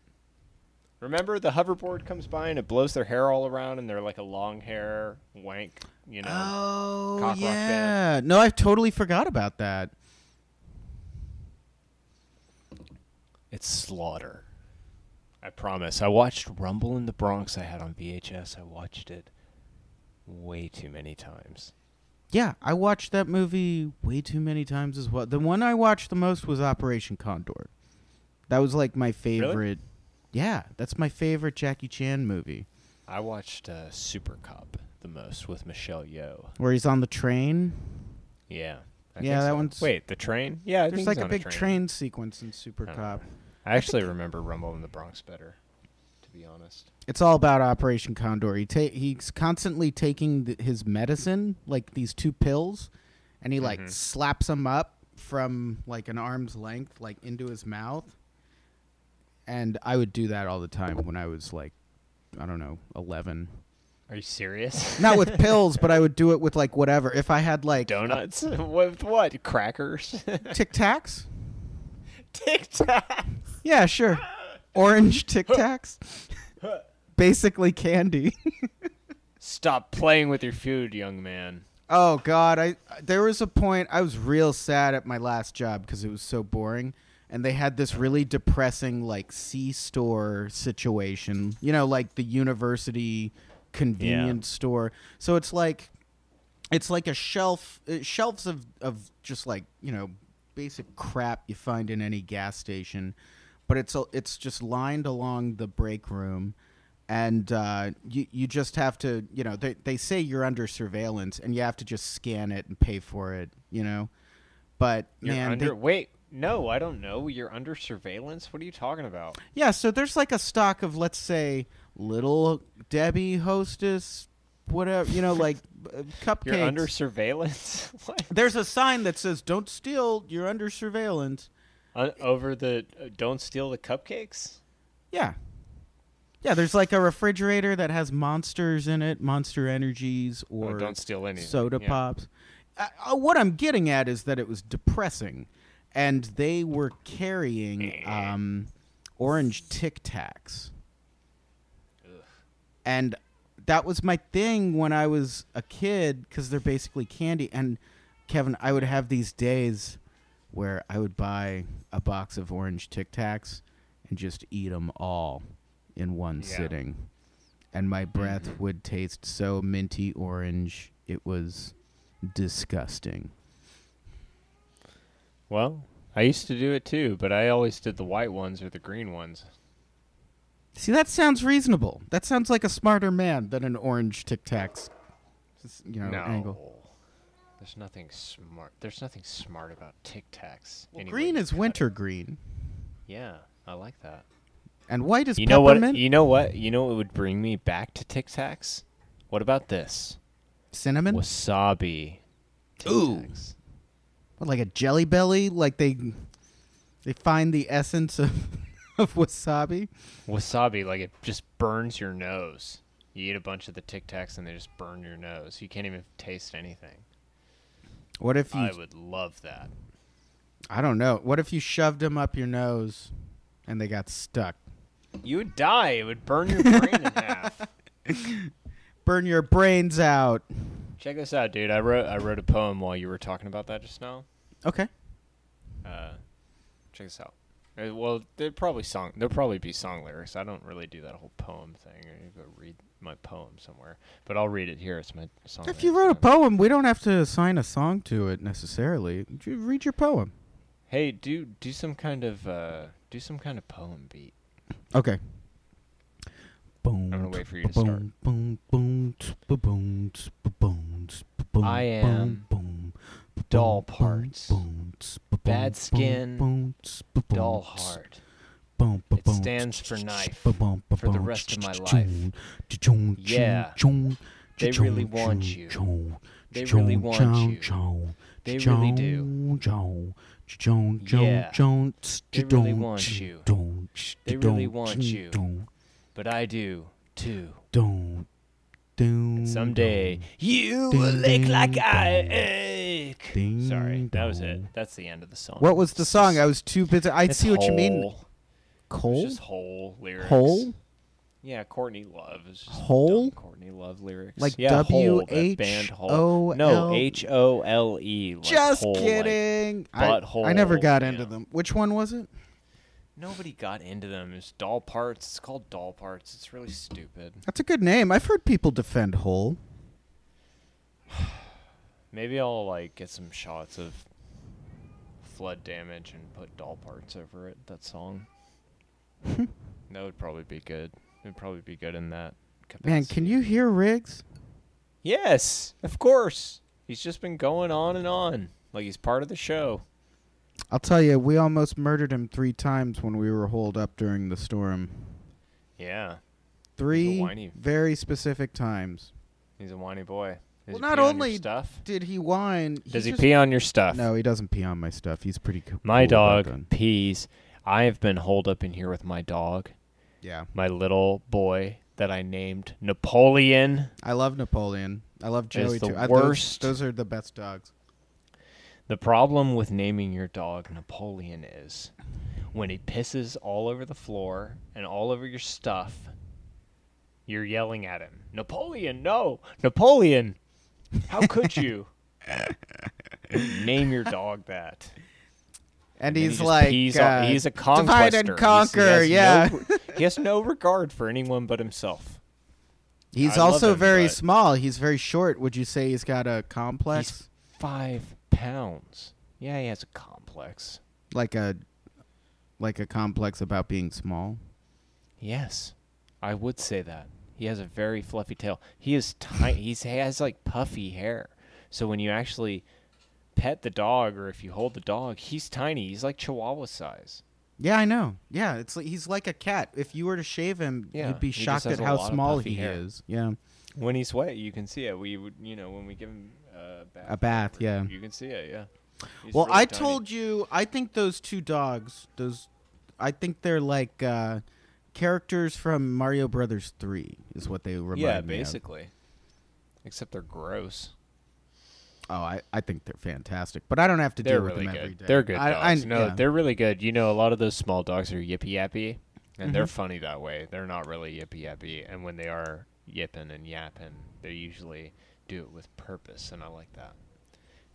[SPEAKER 4] Remember the hoverboard comes by and it blows their hair all around and they're like a long hair wank, you know.
[SPEAKER 2] Oh,
[SPEAKER 4] Cock rock
[SPEAKER 2] yeah. No, I totally forgot about that.
[SPEAKER 4] It's Slaughter. I promise. I watched Rumble in the Bronx. I had on VHS. I watched it way too many times.
[SPEAKER 2] Yeah, I watched that movie way too many times as well. The one I watched the most was Operation Condor. That was like my favorite. Yeah, that's my favorite Jackie Chan movie
[SPEAKER 4] I watched uh, Super Cop the most with Michelle Yeoh.
[SPEAKER 2] where he's on the train.
[SPEAKER 4] Yeah.
[SPEAKER 2] Yeah,
[SPEAKER 4] I think
[SPEAKER 2] that
[SPEAKER 4] so.
[SPEAKER 2] one's-
[SPEAKER 4] Wait, the train? Yeah, I
[SPEAKER 2] There's
[SPEAKER 4] think
[SPEAKER 2] like
[SPEAKER 4] he's
[SPEAKER 2] a
[SPEAKER 4] on
[SPEAKER 2] big
[SPEAKER 4] train. Oh.
[SPEAKER 2] train. sequence in Super
[SPEAKER 4] I don't
[SPEAKER 2] Cop.
[SPEAKER 4] I actually remember Rumble in the Bronx better, to be honest.
[SPEAKER 2] It's all about Operation Condor. He ta- he's constantly taking th- his medicine, like these two pills, and he like slaps them up from like an arm's length, like into his mouth. And I would do that all the time when I was like, I don't know, eleven.
[SPEAKER 4] Are you serious?
[SPEAKER 2] Not with pills, but I would do it with like whatever. If I had like
[SPEAKER 4] Donuts? with what? Crackers?
[SPEAKER 2] Tic Tacs,
[SPEAKER 4] Tic Tac.
[SPEAKER 2] yeah, sure, orange Tic Tacs, basically candy.
[SPEAKER 4] Stop playing with your food, young man.
[SPEAKER 2] Oh God! I there was a point I was real sad at my last job because it was so boring, and they had this really depressing like C store situation. You know, like the university convenience store. So it's like, it's like a shelf uh, shelves of of just like you know basic crap you find in any gas station, but it's a- it's just lined along the break room and uh, you you just have to you know they they say you're under surveillance and you have to just scan it and pay for it you know, but
[SPEAKER 4] You're
[SPEAKER 2] man they-
[SPEAKER 4] under. Wait, no, I don't know. You're under surveillance. What are you talking about?
[SPEAKER 2] yeah so there's like a stock of let's say little Debbie hostess whatever you know like uh, cupcakes
[SPEAKER 4] You're under surveillance. what?
[SPEAKER 2] there's a sign that says don't steal you're under surveillance
[SPEAKER 4] Un- over the uh, don't steal the cupcakes.
[SPEAKER 2] Yeah. Yeah, there's like a refrigerator that has monsters in it, monster energies or
[SPEAKER 4] Oh, don't steal anything,
[SPEAKER 2] soda
[SPEAKER 4] yeah.
[SPEAKER 2] pops. Uh, uh, what I'm getting at is that it was depressing and they were
[SPEAKER 4] Eh.
[SPEAKER 2] carrying um, orange Tic Tacs. And that was my thing when I was a kid cuz they're basically candy and Kevin, I would have these days where I would buy a box of orange Tic Tacs and just eat them all in one
[SPEAKER 4] Yeah. Mm-hmm.
[SPEAKER 2] sitting. And my breath would taste so minty orange. It was disgusting.
[SPEAKER 4] Well, I used to do it too, but I always did the white ones or the green ones.
[SPEAKER 2] See, that sounds reasonable. That sounds like a smarter man than an orange Tic Tacs. Just, You know, Oh, angle.
[SPEAKER 4] There's nothing smart. There's nothing smart about Tic Tacs.
[SPEAKER 2] Well,
[SPEAKER 4] any way
[SPEAKER 2] green
[SPEAKER 4] you
[SPEAKER 2] is
[SPEAKER 4] cut it.
[SPEAKER 2] wintergreen,
[SPEAKER 4] Yeah, I like that.
[SPEAKER 2] and white is
[SPEAKER 4] you know what?
[SPEAKER 2] peppermint.
[SPEAKER 4] You know what? You know what would bring me back to Tic Tacs? What about this
[SPEAKER 2] Cinnamon,
[SPEAKER 4] wasabi? Tic
[SPEAKER 2] Ooh.
[SPEAKER 4] Tacs.
[SPEAKER 2] What, like a jelly belly. Like they, they find the essence of, of wasabi.
[SPEAKER 4] Wasabi, like it just burns your nose. You eat a bunch of the Tic Tacs and they just burn your nose. You can't even taste anything.
[SPEAKER 2] What if you
[SPEAKER 4] I would love that.
[SPEAKER 2] I don't know. What if you shoved them up your nose and they got stuck?
[SPEAKER 4] You would die. It would burn your brain in half.
[SPEAKER 2] Burn your brains out.
[SPEAKER 4] Check this out, dude. I wrote I wrote a poem while you were talking about that just now.
[SPEAKER 2] Okay.
[SPEAKER 4] Uh, check this out. Uh, Well, there'd probably song. There'll probably be song lyrics. I don't really do that whole poem thing. I need to go read my poem somewhere, but I'll read it here. It's my song.
[SPEAKER 2] If you
[SPEAKER 4] lyrics
[SPEAKER 2] wrote a
[SPEAKER 4] poem.
[SPEAKER 2] poem, we don't have to assign a song to it necessarily. You read your poem.
[SPEAKER 4] hey, do do some kind of uh, do some kind of poem beat.
[SPEAKER 2] Okay. Boom.
[SPEAKER 4] gonna wait for you to start.
[SPEAKER 2] Boom. Boom. tsk, ba- Boom. tsk, ba- Boom. tsk, ba- boom,
[SPEAKER 4] I
[SPEAKER 2] boom,
[SPEAKER 4] am
[SPEAKER 2] boom, ba-
[SPEAKER 4] doll
[SPEAKER 2] boom, boom,
[SPEAKER 4] parts,
[SPEAKER 2] boom, tsk, ba- boom,
[SPEAKER 4] bad
[SPEAKER 2] boom,
[SPEAKER 4] skin,
[SPEAKER 2] boom, tsk, ba- boom,
[SPEAKER 4] Doll
[SPEAKER 2] tsk,
[SPEAKER 4] heart.
[SPEAKER 2] It
[SPEAKER 4] stands for knife for the rest of my life. Yeah.
[SPEAKER 2] Yeah.
[SPEAKER 4] They really want you. They really want
[SPEAKER 2] you.
[SPEAKER 4] They really do. Yeah. They really want you. They really want you. But I do too.
[SPEAKER 2] And
[SPEAKER 4] Someday you
[SPEAKER 2] Ding,
[SPEAKER 4] will ache
[SPEAKER 2] ding,
[SPEAKER 4] like I
[SPEAKER 2] dong.
[SPEAKER 4] ache.
[SPEAKER 2] Ding,
[SPEAKER 4] Sorry, that was it.
[SPEAKER 2] dong.
[SPEAKER 4] That's the end of the song.
[SPEAKER 2] What was the
[SPEAKER 4] It's
[SPEAKER 2] song? I
[SPEAKER 4] just-
[SPEAKER 2] was too busy. I
[SPEAKER 4] it's
[SPEAKER 2] see what you mean.
[SPEAKER 4] whole. It's
[SPEAKER 2] Coal?
[SPEAKER 4] just whole lyrics.
[SPEAKER 2] Whole?
[SPEAKER 4] Yeah, Courtney Love is just
[SPEAKER 2] Whole?
[SPEAKER 4] dumb Courtney Love lyrics.
[SPEAKER 2] Like
[SPEAKER 4] yeah, Hole,
[SPEAKER 2] W
[SPEAKER 4] that band Hole.
[SPEAKER 2] H O L- E,
[SPEAKER 4] No, H O L E. Like
[SPEAKER 2] Just
[SPEAKER 4] Hole, like-
[SPEAKER 2] kidding. I, I
[SPEAKER 4] butthole,
[SPEAKER 2] never got
[SPEAKER 4] you
[SPEAKER 2] into
[SPEAKER 4] know.
[SPEAKER 2] them. Which one was it?
[SPEAKER 4] Nobody got into them. It's doll parts. It's called doll parts. It's really stupid.
[SPEAKER 2] That's a good name. I've heard people defend Hole.
[SPEAKER 4] Maybe I'll like get some shots of flood damage and put doll parts over it. That song.
[SPEAKER 2] Hmm.
[SPEAKER 4] that would probably be good. It'd probably be good in that. Capacity.
[SPEAKER 2] Man, can you hear Riggs?
[SPEAKER 4] Yes, of course. He's just been going on and on like he's part of the show.
[SPEAKER 2] I'll tell you, we almost murdered him three times when we were holed up during the storm.
[SPEAKER 4] Yeah,
[SPEAKER 2] Three
[SPEAKER 4] whiny.
[SPEAKER 2] very specific times.
[SPEAKER 4] he's a whiny boy.
[SPEAKER 2] Well,
[SPEAKER 4] Does he
[SPEAKER 2] not
[SPEAKER 4] pee on your
[SPEAKER 2] only-
[SPEAKER 4] stuff.
[SPEAKER 2] Did he whine?
[SPEAKER 4] Does he
[SPEAKER 2] just-
[SPEAKER 4] pee on your stuff?
[SPEAKER 2] No, he doesn't pee on my stuff. He's pretty cool.
[SPEAKER 4] My
[SPEAKER 2] about
[SPEAKER 4] dog
[SPEAKER 2] that.
[SPEAKER 4] pees. I have been holed up in here with my dog,
[SPEAKER 2] Yeah.
[SPEAKER 4] my little boy that I named Napoleon.
[SPEAKER 2] I love Napoleon. I love Joey
[SPEAKER 4] the
[SPEAKER 2] too. I- those-
[SPEAKER 4] worst.
[SPEAKER 2] Those, are the best dogs.
[SPEAKER 4] The problem with naming your dog Napoleon is when he pisses all over the floor and all over your stuff, you're yelling at him, Napoleon, no! Napoleon! How could you? Name your dog that.
[SPEAKER 2] And,
[SPEAKER 4] then he
[SPEAKER 2] he's
[SPEAKER 4] just
[SPEAKER 2] like,
[SPEAKER 4] pees
[SPEAKER 2] uh,
[SPEAKER 4] all- he's a conquester.
[SPEAKER 2] divide and
[SPEAKER 4] He's- he has
[SPEAKER 2] conquer. yeah,
[SPEAKER 4] no- he has no regard for anyone but himself.
[SPEAKER 2] he's
[SPEAKER 4] I love
[SPEAKER 2] also
[SPEAKER 4] him,
[SPEAKER 2] very
[SPEAKER 4] but-
[SPEAKER 2] small. He's very short. Would you say he's got a complex,
[SPEAKER 4] He's five pounds. Yeah, he has a complex.
[SPEAKER 2] like a, like a complex about being small?
[SPEAKER 4] Yes, I would say that. He has a very fluffy tail. He is tiny. he's, he has like puffy hair. So when you actually pet the dog or if you hold the dog, he's tiny. He's like Chihuahua size.
[SPEAKER 2] Yeah, I know. Yeah, it's like, he's like a cat. If you were to shave him,
[SPEAKER 4] Yeah,
[SPEAKER 2] you'd be
[SPEAKER 4] he just
[SPEAKER 2] shocked at
[SPEAKER 4] has a
[SPEAKER 2] how
[SPEAKER 4] lot of
[SPEAKER 2] small
[SPEAKER 4] puffy
[SPEAKER 2] he
[SPEAKER 4] hair.
[SPEAKER 2] is. Yeah,
[SPEAKER 4] When he's wet, you can see it. We would, you know, when we give him a bath.
[SPEAKER 2] A bath,
[SPEAKER 4] or whatever,
[SPEAKER 2] yeah.
[SPEAKER 4] You can see it, yeah. He's
[SPEAKER 2] well,
[SPEAKER 4] really
[SPEAKER 2] I
[SPEAKER 4] tiny.
[SPEAKER 2] told you, I think those two dogs, those, I think they're like uh, characters from Mario Brothers Three, is what they remind
[SPEAKER 4] Yeah,
[SPEAKER 2] me. of.
[SPEAKER 4] basically. Except they're gross.
[SPEAKER 2] Oh, I, I think they're fantastic, but I don't have to
[SPEAKER 4] They're
[SPEAKER 2] deal with
[SPEAKER 4] really
[SPEAKER 2] them every
[SPEAKER 4] good.
[SPEAKER 2] day.
[SPEAKER 4] They're good
[SPEAKER 2] I,
[SPEAKER 4] dogs.
[SPEAKER 2] I,
[SPEAKER 4] no,
[SPEAKER 2] yeah.
[SPEAKER 4] they're really good. You know, a lot of those small dogs are yippy yappy, and they're
[SPEAKER 2] Mm-hmm.
[SPEAKER 4] funny that way. They're not really yippy yappy, and when they are yipping and yapping, they usually do it with purpose, and I like that.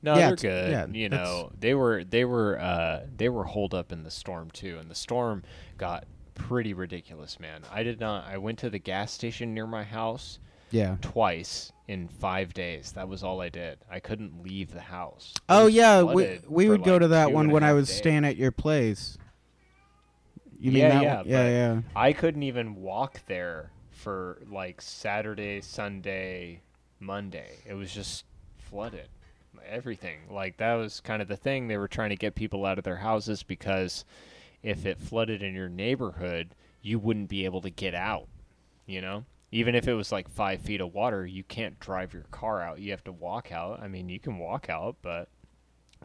[SPEAKER 4] No,
[SPEAKER 2] Yeah,
[SPEAKER 4] they're
[SPEAKER 2] it's-
[SPEAKER 4] good.
[SPEAKER 2] yeah,
[SPEAKER 4] you
[SPEAKER 2] that's-
[SPEAKER 4] know, they were they were uh, they were holed up in the storm too, and the storm got pretty ridiculous, man. I did not. I went to the gas station near my house
[SPEAKER 2] yeah.
[SPEAKER 4] twice in five days. That was all I did. I couldn't leave the house. It
[SPEAKER 2] Oh
[SPEAKER 4] was
[SPEAKER 2] yeah, we,
[SPEAKER 4] flooded
[SPEAKER 2] we
[SPEAKER 4] for
[SPEAKER 2] would go
[SPEAKER 4] like
[SPEAKER 2] to that
[SPEAKER 4] two
[SPEAKER 2] one
[SPEAKER 4] and a
[SPEAKER 2] when I
[SPEAKER 4] half
[SPEAKER 2] was
[SPEAKER 4] days.
[SPEAKER 2] staying at your place. You mean
[SPEAKER 4] yeah,
[SPEAKER 2] that
[SPEAKER 4] yeah,
[SPEAKER 2] one? Yeah, yeah.
[SPEAKER 4] but I couldn't even walk there for like Saturday, Sunday, Monday. It was just flooded. Everything. Like that was kind of the thing. They were trying to get people out of their houses because if it flooded in your neighborhood, you wouldn't be able to get out. You know? Even if it was like five feet of water, you can't drive your car out. You have to walk out. I mean, you can walk out, but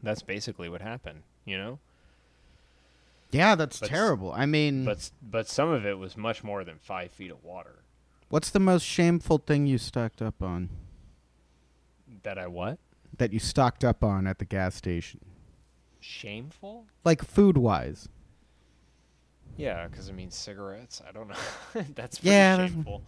[SPEAKER 4] that's basically what happened, you know?
[SPEAKER 2] Yeah, that's
[SPEAKER 4] But s-
[SPEAKER 2] terrible. I mean,
[SPEAKER 4] but s- but some of it was much more than five feet of water.
[SPEAKER 2] what's the most shameful thing you stocked up on?
[SPEAKER 4] That I what?
[SPEAKER 2] That you stocked up on at the gas station,
[SPEAKER 4] Shameful?
[SPEAKER 2] like food wise?
[SPEAKER 4] Yeah, because I mean cigarettes. I don't know. that's pretty
[SPEAKER 2] Yeah, that's-
[SPEAKER 4] shameful.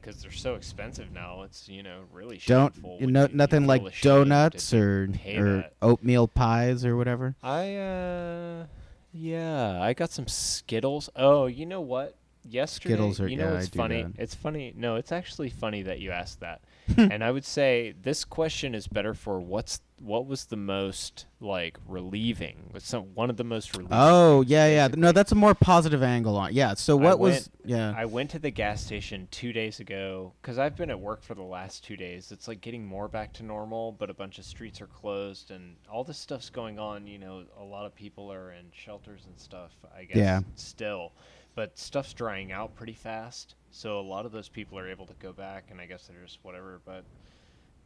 [SPEAKER 4] Because they're so expensive now. It's you know really
[SPEAKER 2] Don't
[SPEAKER 4] shameful.
[SPEAKER 2] you
[SPEAKER 4] when
[SPEAKER 2] know
[SPEAKER 4] you
[SPEAKER 2] nothing
[SPEAKER 4] feel
[SPEAKER 2] like
[SPEAKER 4] ashamed
[SPEAKER 2] donuts
[SPEAKER 4] if you
[SPEAKER 2] or
[SPEAKER 4] pay
[SPEAKER 2] or
[SPEAKER 4] that.
[SPEAKER 2] oatmeal pies or whatever.
[SPEAKER 4] I uh yeah, I got some Skittles. Oh, you know what? Yesterday,
[SPEAKER 2] Skittles are-
[SPEAKER 4] you know
[SPEAKER 2] yeah,
[SPEAKER 4] what's
[SPEAKER 2] I do
[SPEAKER 4] funny?
[SPEAKER 2] that.
[SPEAKER 4] It's funny. No, it's actually funny that you asked that. and I would say this question is better for what's what was the most like relieving? Was some one of the most relieving?
[SPEAKER 2] Oh yeah, yeah.
[SPEAKER 4] basically.
[SPEAKER 2] No, that's a more positive angle on. Yeah. So
[SPEAKER 4] I
[SPEAKER 2] what was?
[SPEAKER 4] went-
[SPEAKER 2] Yeah.
[SPEAKER 4] I went to the gas station two days ago because I've been at work for the last two days. It's like getting more back to normal, but a bunch of streets are closed and all this stuff's going on. You know, a lot of people are in shelters and stuff, I guess,
[SPEAKER 2] Yeah.
[SPEAKER 4] still. But stuff's drying out pretty fast. So a lot of those people are able to go back, and I guess they're just whatever. But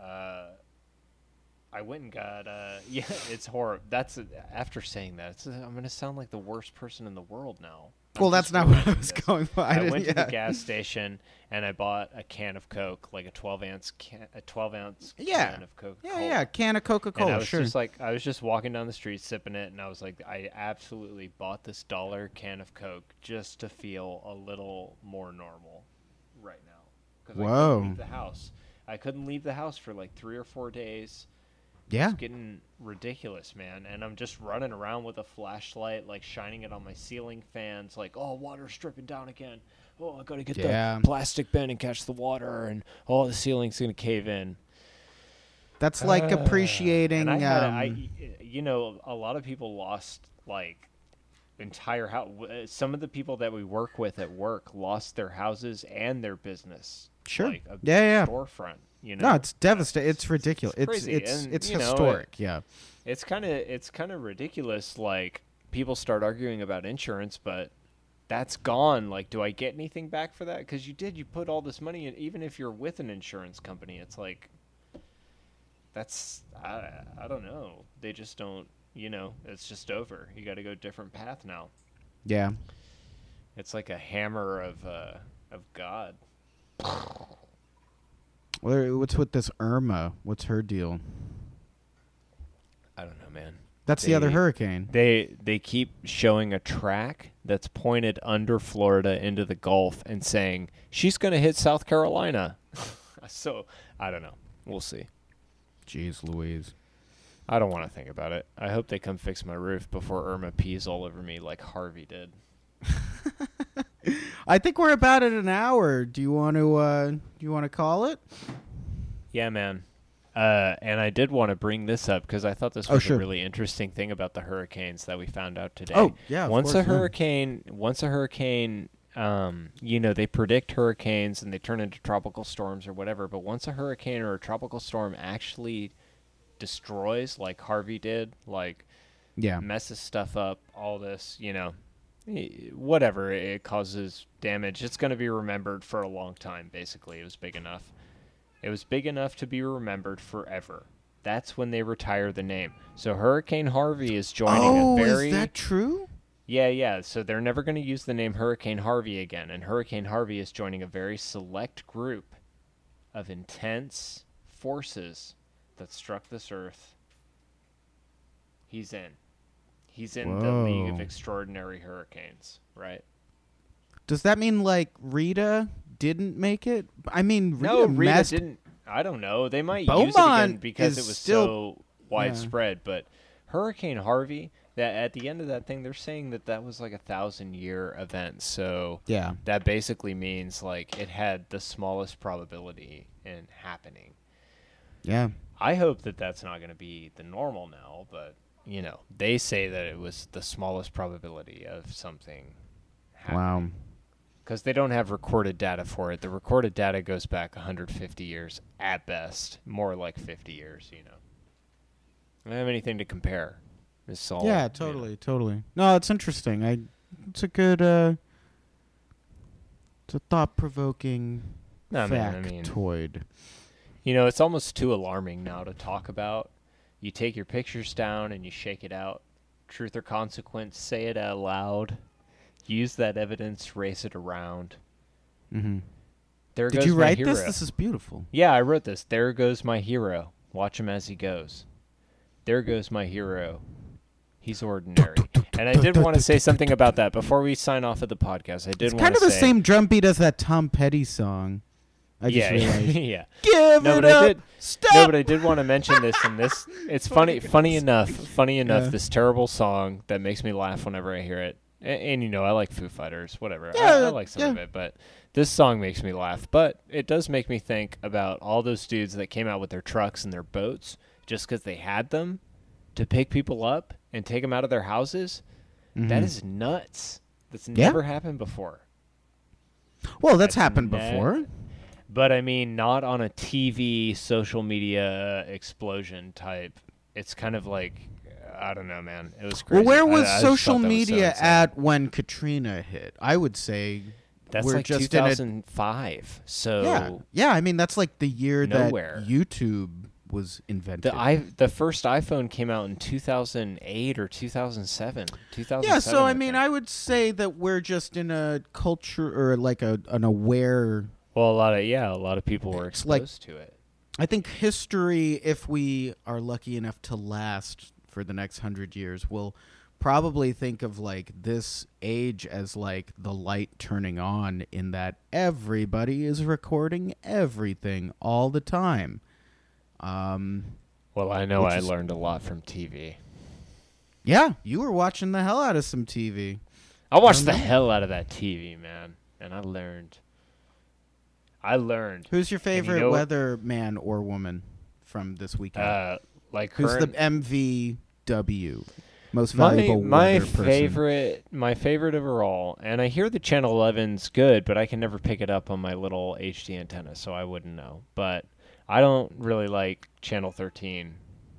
[SPEAKER 4] uh, I went and got uh yeah, it's horrible. That's after saying that, it's, I'm gonna sound like the worst person in the world now. I'm
[SPEAKER 2] well, that's
[SPEAKER 4] just
[SPEAKER 2] not what I
[SPEAKER 4] realizing
[SPEAKER 2] was
[SPEAKER 4] this.
[SPEAKER 2] going for. I,
[SPEAKER 4] I,
[SPEAKER 2] didn't,
[SPEAKER 4] went to
[SPEAKER 2] yeah.
[SPEAKER 4] the gas station and I bought a can of Coke, like a 12 ounce can, a 12 ounce
[SPEAKER 2] Yeah.
[SPEAKER 4] can of Coke.
[SPEAKER 2] Yeah, yeah. Can of Coca
[SPEAKER 4] And I
[SPEAKER 2] Cola,
[SPEAKER 4] was
[SPEAKER 2] sure.
[SPEAKER 4] just like, I was just walking down the street sipping it, and I was like, I absolutely bought this dollar can of Coke just to feel a little more normal right now. 'Cause I couldn't
[SPEAKER 2] Whoa.
[SPEAKER 4] leave the house. I couldn't leave the house for like three or four days.
[SPEAKER 2] Yeah.
[SPEAKER 4] It's getting ridiculous, man. And I'm just running around with a flashlight, like shining it on my ceiling fans, like, oh, water's dripping down again. Oh, I gotta get
[SPEAKER 2] Yeah.
[SPEAKER 4] the plastic bin and catch the water, and oh, the ceiling's gonna cave in.
[SPEAKER 2] That's like
[SPEAKER 4] Uh,
[SPEAKER 2] appreciating.
[SPEAKER 4] And I had,
[SPEAKER 2] um,
[SPEAKER 4] I, you know, a lot of people lost like entire house. Some of the people that we work with at work lost their houses and their business.
[SPEAKER 2] Sure.
[SPEAKER 4] Like a
[SPEAKER 2] Yeah, yeah.
[SPEAKER 4] Storefront. You know.
[SPEAKER 2] no, it's devastating. It's ridiculous. It's it's
[SPEAKER 4] crazy,
[SPEAKER 2] it's,
[SPEAKER 4] and, you know, it-
[SPEAKER 2] historic. yeah.
[SPEAKER 4] it's kind of it's kind of ridiculous like people start arguing about insurance but that's gone like do i get anything back for that because you did you put all this money in even if you're with an insurance company it's like that's i, I don't know they just don't you know it's just over you got to go a different path now
[SPEAKER 2] Yeah.
[SPEAKER 4] it's like a hammer of uh of god
[SPEAKER 2] Well, what's with this Irma? What's her deal?
[SPEAKER 4] i don't know man
[SPEAKER 2] That's the other
[SPEAKER 4] They-
[SPEAKER 2] hurricane.
[SPEAKER 4] They they keep showing a track that's pointed under Florida into the Gulf and saying she's going to hit South Carolina. so I don't know. We'll see.
[SPEAKER 2] Jeez Louise.
[SPEAKER 4] I don't want to think about it. I hope they come fix my roof before Irma pees all over me like Harvey did.
[SPEAKER 2] I think we're about at an hour. Do you want to uh do you want to call it?
[SPEAKER 4] Yeah, man. Uh, and I did want to bring this up because I thought this
[SPEAKER 2] Oh,
[SPEAKER 4] was
[SPEAKER 2] sure.
[SPEAKER 4] a really interesting thing about the hurricanes that we found out today.
[SPEAKER 2] Oh, yeah, of
[SPEAKER 4] Once
[SPEAKER 2] course,
[SPEAKER 4] a
[SPEAKER 2] yeah.
[SPEAKER 4] hurricane, once a hurricane, um, you know, they predict hurricanes and they turn into tropical storms or whatever. But once a hurricane or a tropical storm actually destroys, like Harvey did, like
[SPEAKER 2] Yeah.
[SPEAKER 4] messes stuff up, all this, you know, eh, whatever it causes damage, it's going to be remembered for a long time, basically. It was big enough. It was big enough to be remembered forever. That's when they retire the name. So Hurricane Harvey is joining
[SPEAKER 2] Oh,
[SPEAKER 4] a very
[SPEAKER 2] is that true?
[SPEAKER 4] yeah, yeah. So they're never going to use the name Hurricane Harvey again, and Hurricane Harvey is joining a very select group of intense forces that struck this earth. He's in. He's in the League of
[SPEAKER 2] Whoa.
[SPEAKER 4] Extraordinary Hurricanes, right?
[SPEAKER 2] Does that mean like Rita didn't make it? I mean, Rita
[SPEAKER 4] no, Rita
[SPEAKER 2] messed-
[SPEAKER 4] didn't. I don't know. They might use it again
[SPEAKER 2] Beaumont
[SPEAKER 4] because
[SPEAKER 2] is
[SPEAKER 4] it was
[SPEAKER 2] still-
[SPEAKER 4] so widespread. But Hurricane Harvey, that at the end of that thing, they're saying that that was like a thousand year event. So
[SPEAKER 2] Yeah.
[SPEAKER 4] that basically means like it had the smallest probability in happening.
[SPEAKER 2] Yeah.
[SPEAKER 4] I hope that that's not going to be the normal now, but you know, they say that it was the smallest probability of something
[SPEAKER 2] Wow.
[SPEAKER 4] because they don't have recorded data for it. The recorded data goes back 150 years at best, more like 50 years, you know. I don't have anything to compare. It's all you
[SPEAKER 2] yeah,
[SPEAKER 4] know.
[SPEAKER 2] totally, totally. No, it's interesting. I it's a good uh it's a thought-provoking
[SPEAKER 4] No, man, I mean-
[SPEAKER 2] factoid.
[SPEAKER 4] You know, it's almost too alarming now to talk about. You take your pictures down and you shake it out. Truth or consequence, say it out loud. Use that evidence, race it around.
[SPEAKER 2] mm-hmm.
[SPEAKER 4] There
[SPEAKER 2] Did
[SPEAKER 4] goes
[SPEAKER 2] you
[SPEAKER 4] my
[SPEAKER 2] write
[SPEAKER 4] hero.
[SPEAKER 2] this? This is beautiful.
[SPEAKER 4] Yeah, I wrote this. There goes my hero. Watch him as he goes. There goes my hero. He's ordinary. And I did want to say something about that before we sign off of the podcast. I did
[SPEAKER 2] It's
[SPEAKER 4] want
[SPEAKER 2] kind
[SPEAKER 4] to
[SPEAKER 2] of the
[SPEAKER 4] say-
[SPEAKER 2] same drum beat as that Tom Petty song. I just
[SPEAKER 4] yeah,
[SPEAKER 2] realized.
[SPEAKER 4] yeah.
[SPEAKER 2] Give
[SPEAKER 4] No,
[SPEAKER 2] it
[SPEAKER 4] but I
[SPEAKER 2] up.
[SPEAKER 4] did.
[SPEAKER 2] Stop.
[SPEAKER 4] No, but I did want to mention this, and this it's funny. Funny enough, funny enough,
[SPEAKER 2] Yeah.
[SPEAKER 4] this terrible song that makes me laugh whenever I hear it. A- And, you know, I like Foo Fighters, whatever. I, I
[SPEAKER 2] Yeah,
[SPEAKER 4] like some
[SPEAKER 2] yeah.
[SPEAKER 4] of it, but this song makes me laugh. But it does make me think about all those dudes that came out with their trucks and their boats just because they had them to pick people up and take them out of their houses. That is nuts. That's
[SPEAKER 2] Mm-hmm. Yeah.
[SPEAKER 4] never happened before.
[SPEAKER 2] well, that's
[SPEAKER 4] That's
[SPEAKER 2] happened
[SPEAKER 4] ne-
[SPEAKER 2] before.
[SPEAKER 4] But I mean, not on a TV, social media explosion type. It's kind of like, I don't know, man. It was
[SPEAKER 2] Well,
[SPEAKER 4] crazy.
[SPEAKER 2] where
[SPEAKER 4] I-
[SPEAKER 2] was
[SPEAKER 4] I just
[SPEAKER 2] social
[SPEAKER 4] thought that was so
[SPEAKER 2] media
[SPEAKER 4] insane.
[SPEAKER 2] at when Katrina hit? I would say
[SPEAKER 4] That's
[SPEAKER 2] we're
[SPEAKER 4] like
[SPEAKER 2] just in
[SPEAKER 4] 2005. So
[SPEAKER 2] a yeah, yeah. I mean, that's like the year
[SPEAKER 4] Nowhere.
[SPEAKER 2] that YouTube was invented.
[SPEAKER 4] the i the first iPhone came out in 2008 or 2007. 2007.
[SPEAKER 2] yeah, so I mean,
[SPEAKER 4] think.
[SPEAKER 2] I would say that we're just in a culture or like a an aware
[SPEAKER 4] well, a lot of yeah, a lot of people were
[SPEAKER 2] It's like-
[SPEAKER 4] exposed to it.
[SPEAKER 2] I think history, if we are lucky enough to last for the next hundred years, will probably think of like this age as like the light turning on in that everybody is recording everything all the time. Um,
[SPEAKER 4] Well, I know
[SPEAKER 2] Which
[SPEAKER 4] I
[SPEAKER 2] is-
[SPEAKER 4] learned a lot from TV.
[SPEAKER 2] Yeah, you were watching the hell out of some TV.
[SPEAKER 4] I watched the
[SPEAKER 2] Mhm.
[SPEAKER 4] hell out of that TV, man, and I learned. I learned.
[SPEAKER 2] Who's your
[SPEAKER 4] you
[SPEAKER 2] favorite
[SPEAKER 4] know-
[SPEAKER 2] weather man or woman from this weekend?
[SPEAKER 4] Uh, like
[SPEAKER 2] Who's the
[SPEAKER 4] current,
[SPEAKER 2] MVW? Most
[SPEAKER 4] my,
[SPEAKER 2] valuable
[SPEAKER 4] my
[SPEAKER 2] weather person.
[SPEAKER 4] favorite my favorite overall, and I hear the Channel 11's good, but I can never pick it up on my little HD antenna, so I wouldn't know. But I don't really like Channel 13,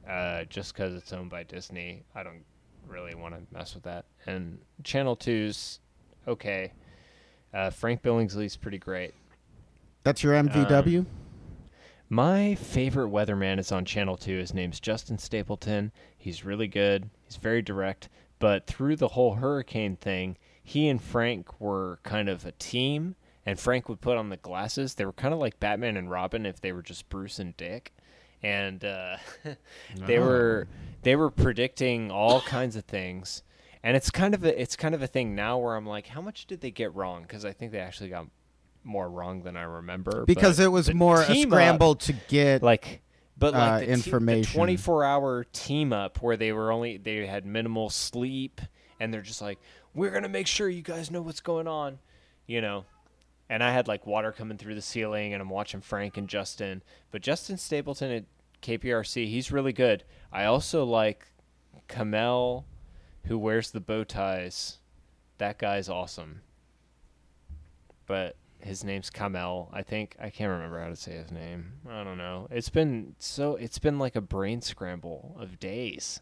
[SPEAKER 4] uh, just because it's owned by Disney. I don't really want to mess with that. And Channel 2's okay. Uh, Frank Billingsley's pretty great.
[SPEAKER 2] That's your MVW.
[SPEAKER 4] uh, My favorite weatherman is on Channel 2. His name's Justin Stapleton. He's really good. He's very direct. But through the whole hurricane thing, he and Frank were kind of a team, and Frank would put on the glasses. They were kind of like Batman and Robin if they were just Bruce and Dick. And uh, they
[SPEAKER 2] Oh.
[SPEAKER 4] were they were predicting all kinds of things. And it's kind of a it's kind of a thing now where I'm like, how much did they get wrong? Because I think they actually got more wrong than I remember.
[SPEAKER 2] because
[SPEAKER 4] but
[SPEAKER 2] it was
[SPEAKER 4] the
[SPEAKER 2] more a
[SPEAKER 4] team up-
[SPEAKER 2] scramble to get.
[SPEAKER 4] like but like
[SPEAKER 2] uh,
[SPEAKER 4] the
[SPEAKER 2] information.
[SPEAKER 4] twenty four hour team up where they were only they had minimal sleep and they're just like we're gonna make sure you guys know what's going on, you know. And I had like water coming through the ceiling and I'm watching Frank and Justin, but Justin Stapleton at KPRC he's really good. I also like Kamel, who wears the bow ties. That guy's awesome. But his name's Kamel. I think I can't remember how to say his name. I don't know. It's been so it's been like a brain scramble of days.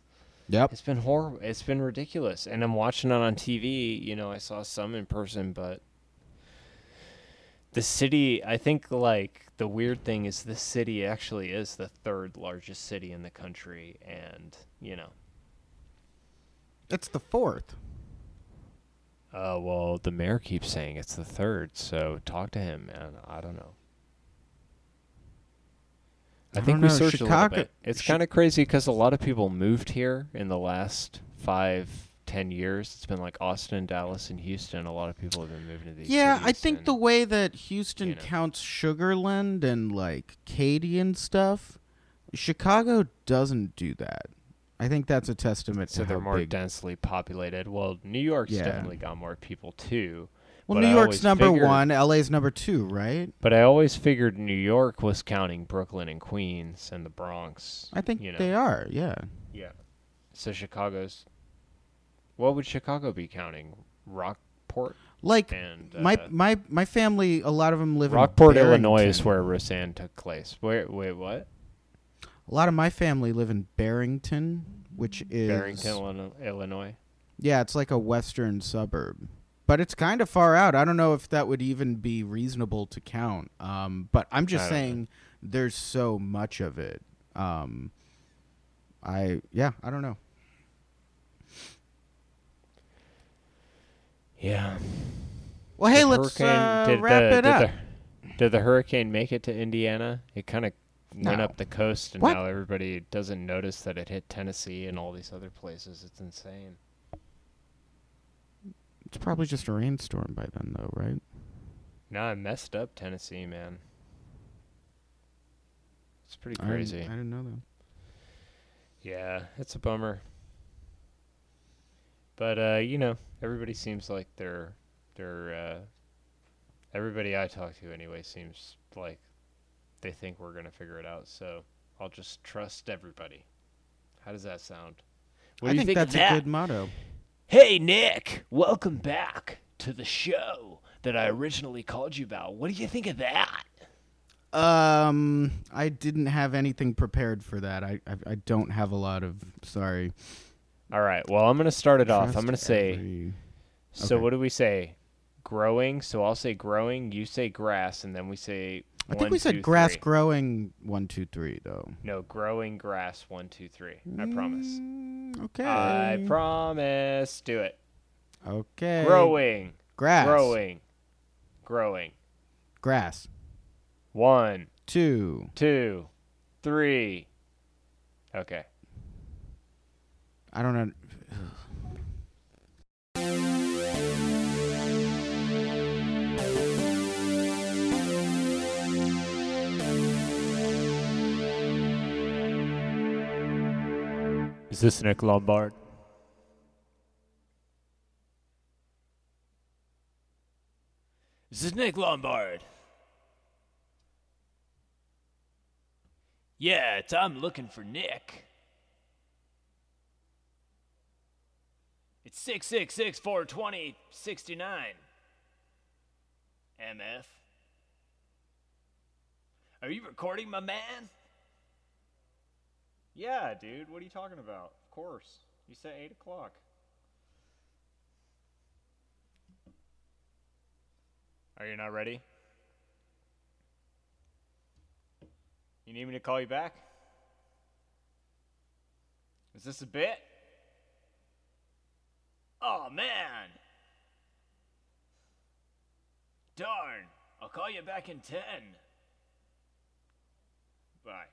[SPEAKER 2] yep.
[SPEAKER 4] It's been horrible. It's been ridiculous. And I'm watching it on TV, you know, I saw some in person, but the city, I think like the weird thing is the city actually is the third largest city in the country and, you know,
[SPEAKER 2] It's the fourth.
[SPEAKER 4] Uh, well, the mayor keeps saying it's the third, so talk to him, man. I don't know. I,
[SPEAKER 2] I
[SPEAKER 4] think
[SPEAKER 2] don't
[SPEAKER 4] we
[SPEAKER 2] know,
[SPEAKER 4] searched a
[SPEAKER 2] Chicago-
[SPEAKER 4] little bit. It's
[SPEAKER 2] Chi-
[SPEAKER 4] kind of crazy because a lot of people moved here in the last five, ten years. It's been like Austin, Dallas, and Houston. A lot of people have been moving to these.
[SPEAKER 2] Yeah, I
[SPEAKER 4] cities,
[SPEAKER 2] think
[SPEAKER 4] and-
[SPEAKER 2] the way that Houston
[SPEAKER 4] you know.
[SPEAKER 2] counts Sugarland and like Katy and stuff, Chicago doesn't do that. I think that's a testament
[SPEAKER 4] so
[SPEAKER 2] to
[SPEAKER 4] they're
[SPEAKER 2] how
[SPEAKER 4] more
[SPEAKER 2] big.
[SPEAKER 4] densely populated. Well, New York's
[SPEAKER 2] Yeah.
[SPEAKER 4] definitely got more people too.
[SPEAKER 2] well,
[SPEAKER 4] but
[SPEAKER 2] New
[SPEAKER 4] I
[SPEAKER 2] York's
[SPEAKER 4] always
[SPEAKER 2] number
[SPEAKER 4] figured-
[SPEAKER 2] one, LA's number two, right?
[SPEAKER 4] But I always figured New York was counting Brooklyn and Queens and the Bronx.
[SPEAKER 2] I think
[SPEAKER 4] you know.
[SPEAKER 2] they are. Yeah,
[SPEAKER 4] Yeah. So Chicago's. What would Chicago be counting? Rockport
[SPEAKER 2] like
[SPEAKER 4] and uh,
[SPEAKER 2] my my my family. A lot of them live
[SPEAKER 4] Rockport,
[SPEAKER 2] in Barrington.
[SPEAKER 4] Illinois is where Roseanne took place. Wait, wait, what?
[SPEAKER 2] A lot of my family live in Barrington, which is
[SPEAKER 4] Barrington, Illino- Illinois.
[SPEAKER 2] Yeah, it's like a western suburb, but it's kind of far out. I don't know if that would even be reasonable to count. Um, but I'm just
[SPEAKER 4] I don't know.
[SPEAKER 2] saying, there's so much of it. Um, I yeah, I don't know.
[SPEAKER 4] Yeah.
[SPEAKER 2] Well, hey,
[SPEAKER 4] The
[SPEAKER 2] let's
[SPEAKER 4] hurricane-
[SPEAKER 2] uh,
[SPEAKER 4] did
[SPEAKER 2] wrap
[SPEAKER 4] the,
[SPEAKER 2] it
[SPEAKER 4] did
[SPEAKER 2] up.
[SPEAKER 4] The, did the hurricane make it to Indiana? It kind of went
[SPEAKER 2] No.
[SPEAKER 4] up the coast, and
[SPEAKER 2] What?
[SPEAKER 4] now everybody doesn't notice that it hit Tennessee and all these other places. It's insane.
[SPEAKER 2] It's probably just a rainstorm by then, though, right?
[SPEAKER 4] Nah, I messed up Tennessee, man. It's pretty
[SPEAKER 2] I didn't-
[SPEAKER 4] crazy.
[SPEAKER 2] I didn't know that.
[SPEAKER 4] Yeah, it's a bummer. But uh, you know, everybody seems like they're they're uh, everybody I talk to anyway seems like they think we're gonna figure it out. So I'll just trust everybody. How does that sound?
[SPEAKER 3] What
[SPEAKER 2] I
[SPEAKER 3] do you
[SPEAKER 2] think,
[SPEAKER 3] think of
[SPEAKER 2] that's
[SPEAKER 3] that?
[SPEAKER 2] a good motto.
[SPEAKER 3] Hey, Nick, welcome back to the show that I originally called you about. What do you think of that?
[SPEAKER 2] Um, I didn't have anything prepared for that. I I, I don't have a lot of sorry.
[SPEAKER 4] All right. Well, I'm gonna start it off. I'm
[SPEAKER 2] Trust
[SPEAKER 4] gonna say.
[SPEAKER 2] every-
[SPEAKER 4] So
[SPEAKER 2] okay.
[SPEAKER 4] what do we say? Growing. So I'll say growing. You say grass, and then we say.
[SPEAKER 2] I think
[SPEAKER 4] one,
[SPEAKER 2] we
[SPEAKER 4] two,
[SPEAKER 2] said grass
[SPEAKER 4] three.
[SPEAKER 2] growing one two three though.
[SPEAKER 4] No, growing grass. One, two, three. I promise.
[SPEAKER 2] Mm, Okay.
[SPEAKER 4] I promise. Do it.
[SPEAKER 2] okay.
[SPEAKER 4] Growing.
[SPEAKER 2] Grass.
[SPEAKER 4] Growing. Growing.
[SPEAKER 2] Grass.
[SPEAKER 4] One,
[SPEAKER 2] Two.
[SPEAKER 4] two, three. Okay.
[SPEAKER 2] I don't know.
[SPEAKER 6] Is this Nick Lombard?
[SPEAKER 4] This is Nick Lombard. Yeah, it's I'm looking for Nick. It's 666 420 69. MF. Are you recording, my man?
[SPEAKER 7] Yeah, dude. What are you talking about? Of course. You said eight o'clock. Are you not ready? You need me to call you back? Is this a bit?
[SPEAKER 4] Oh, man. Darn. I'll call you back in 10. Bye.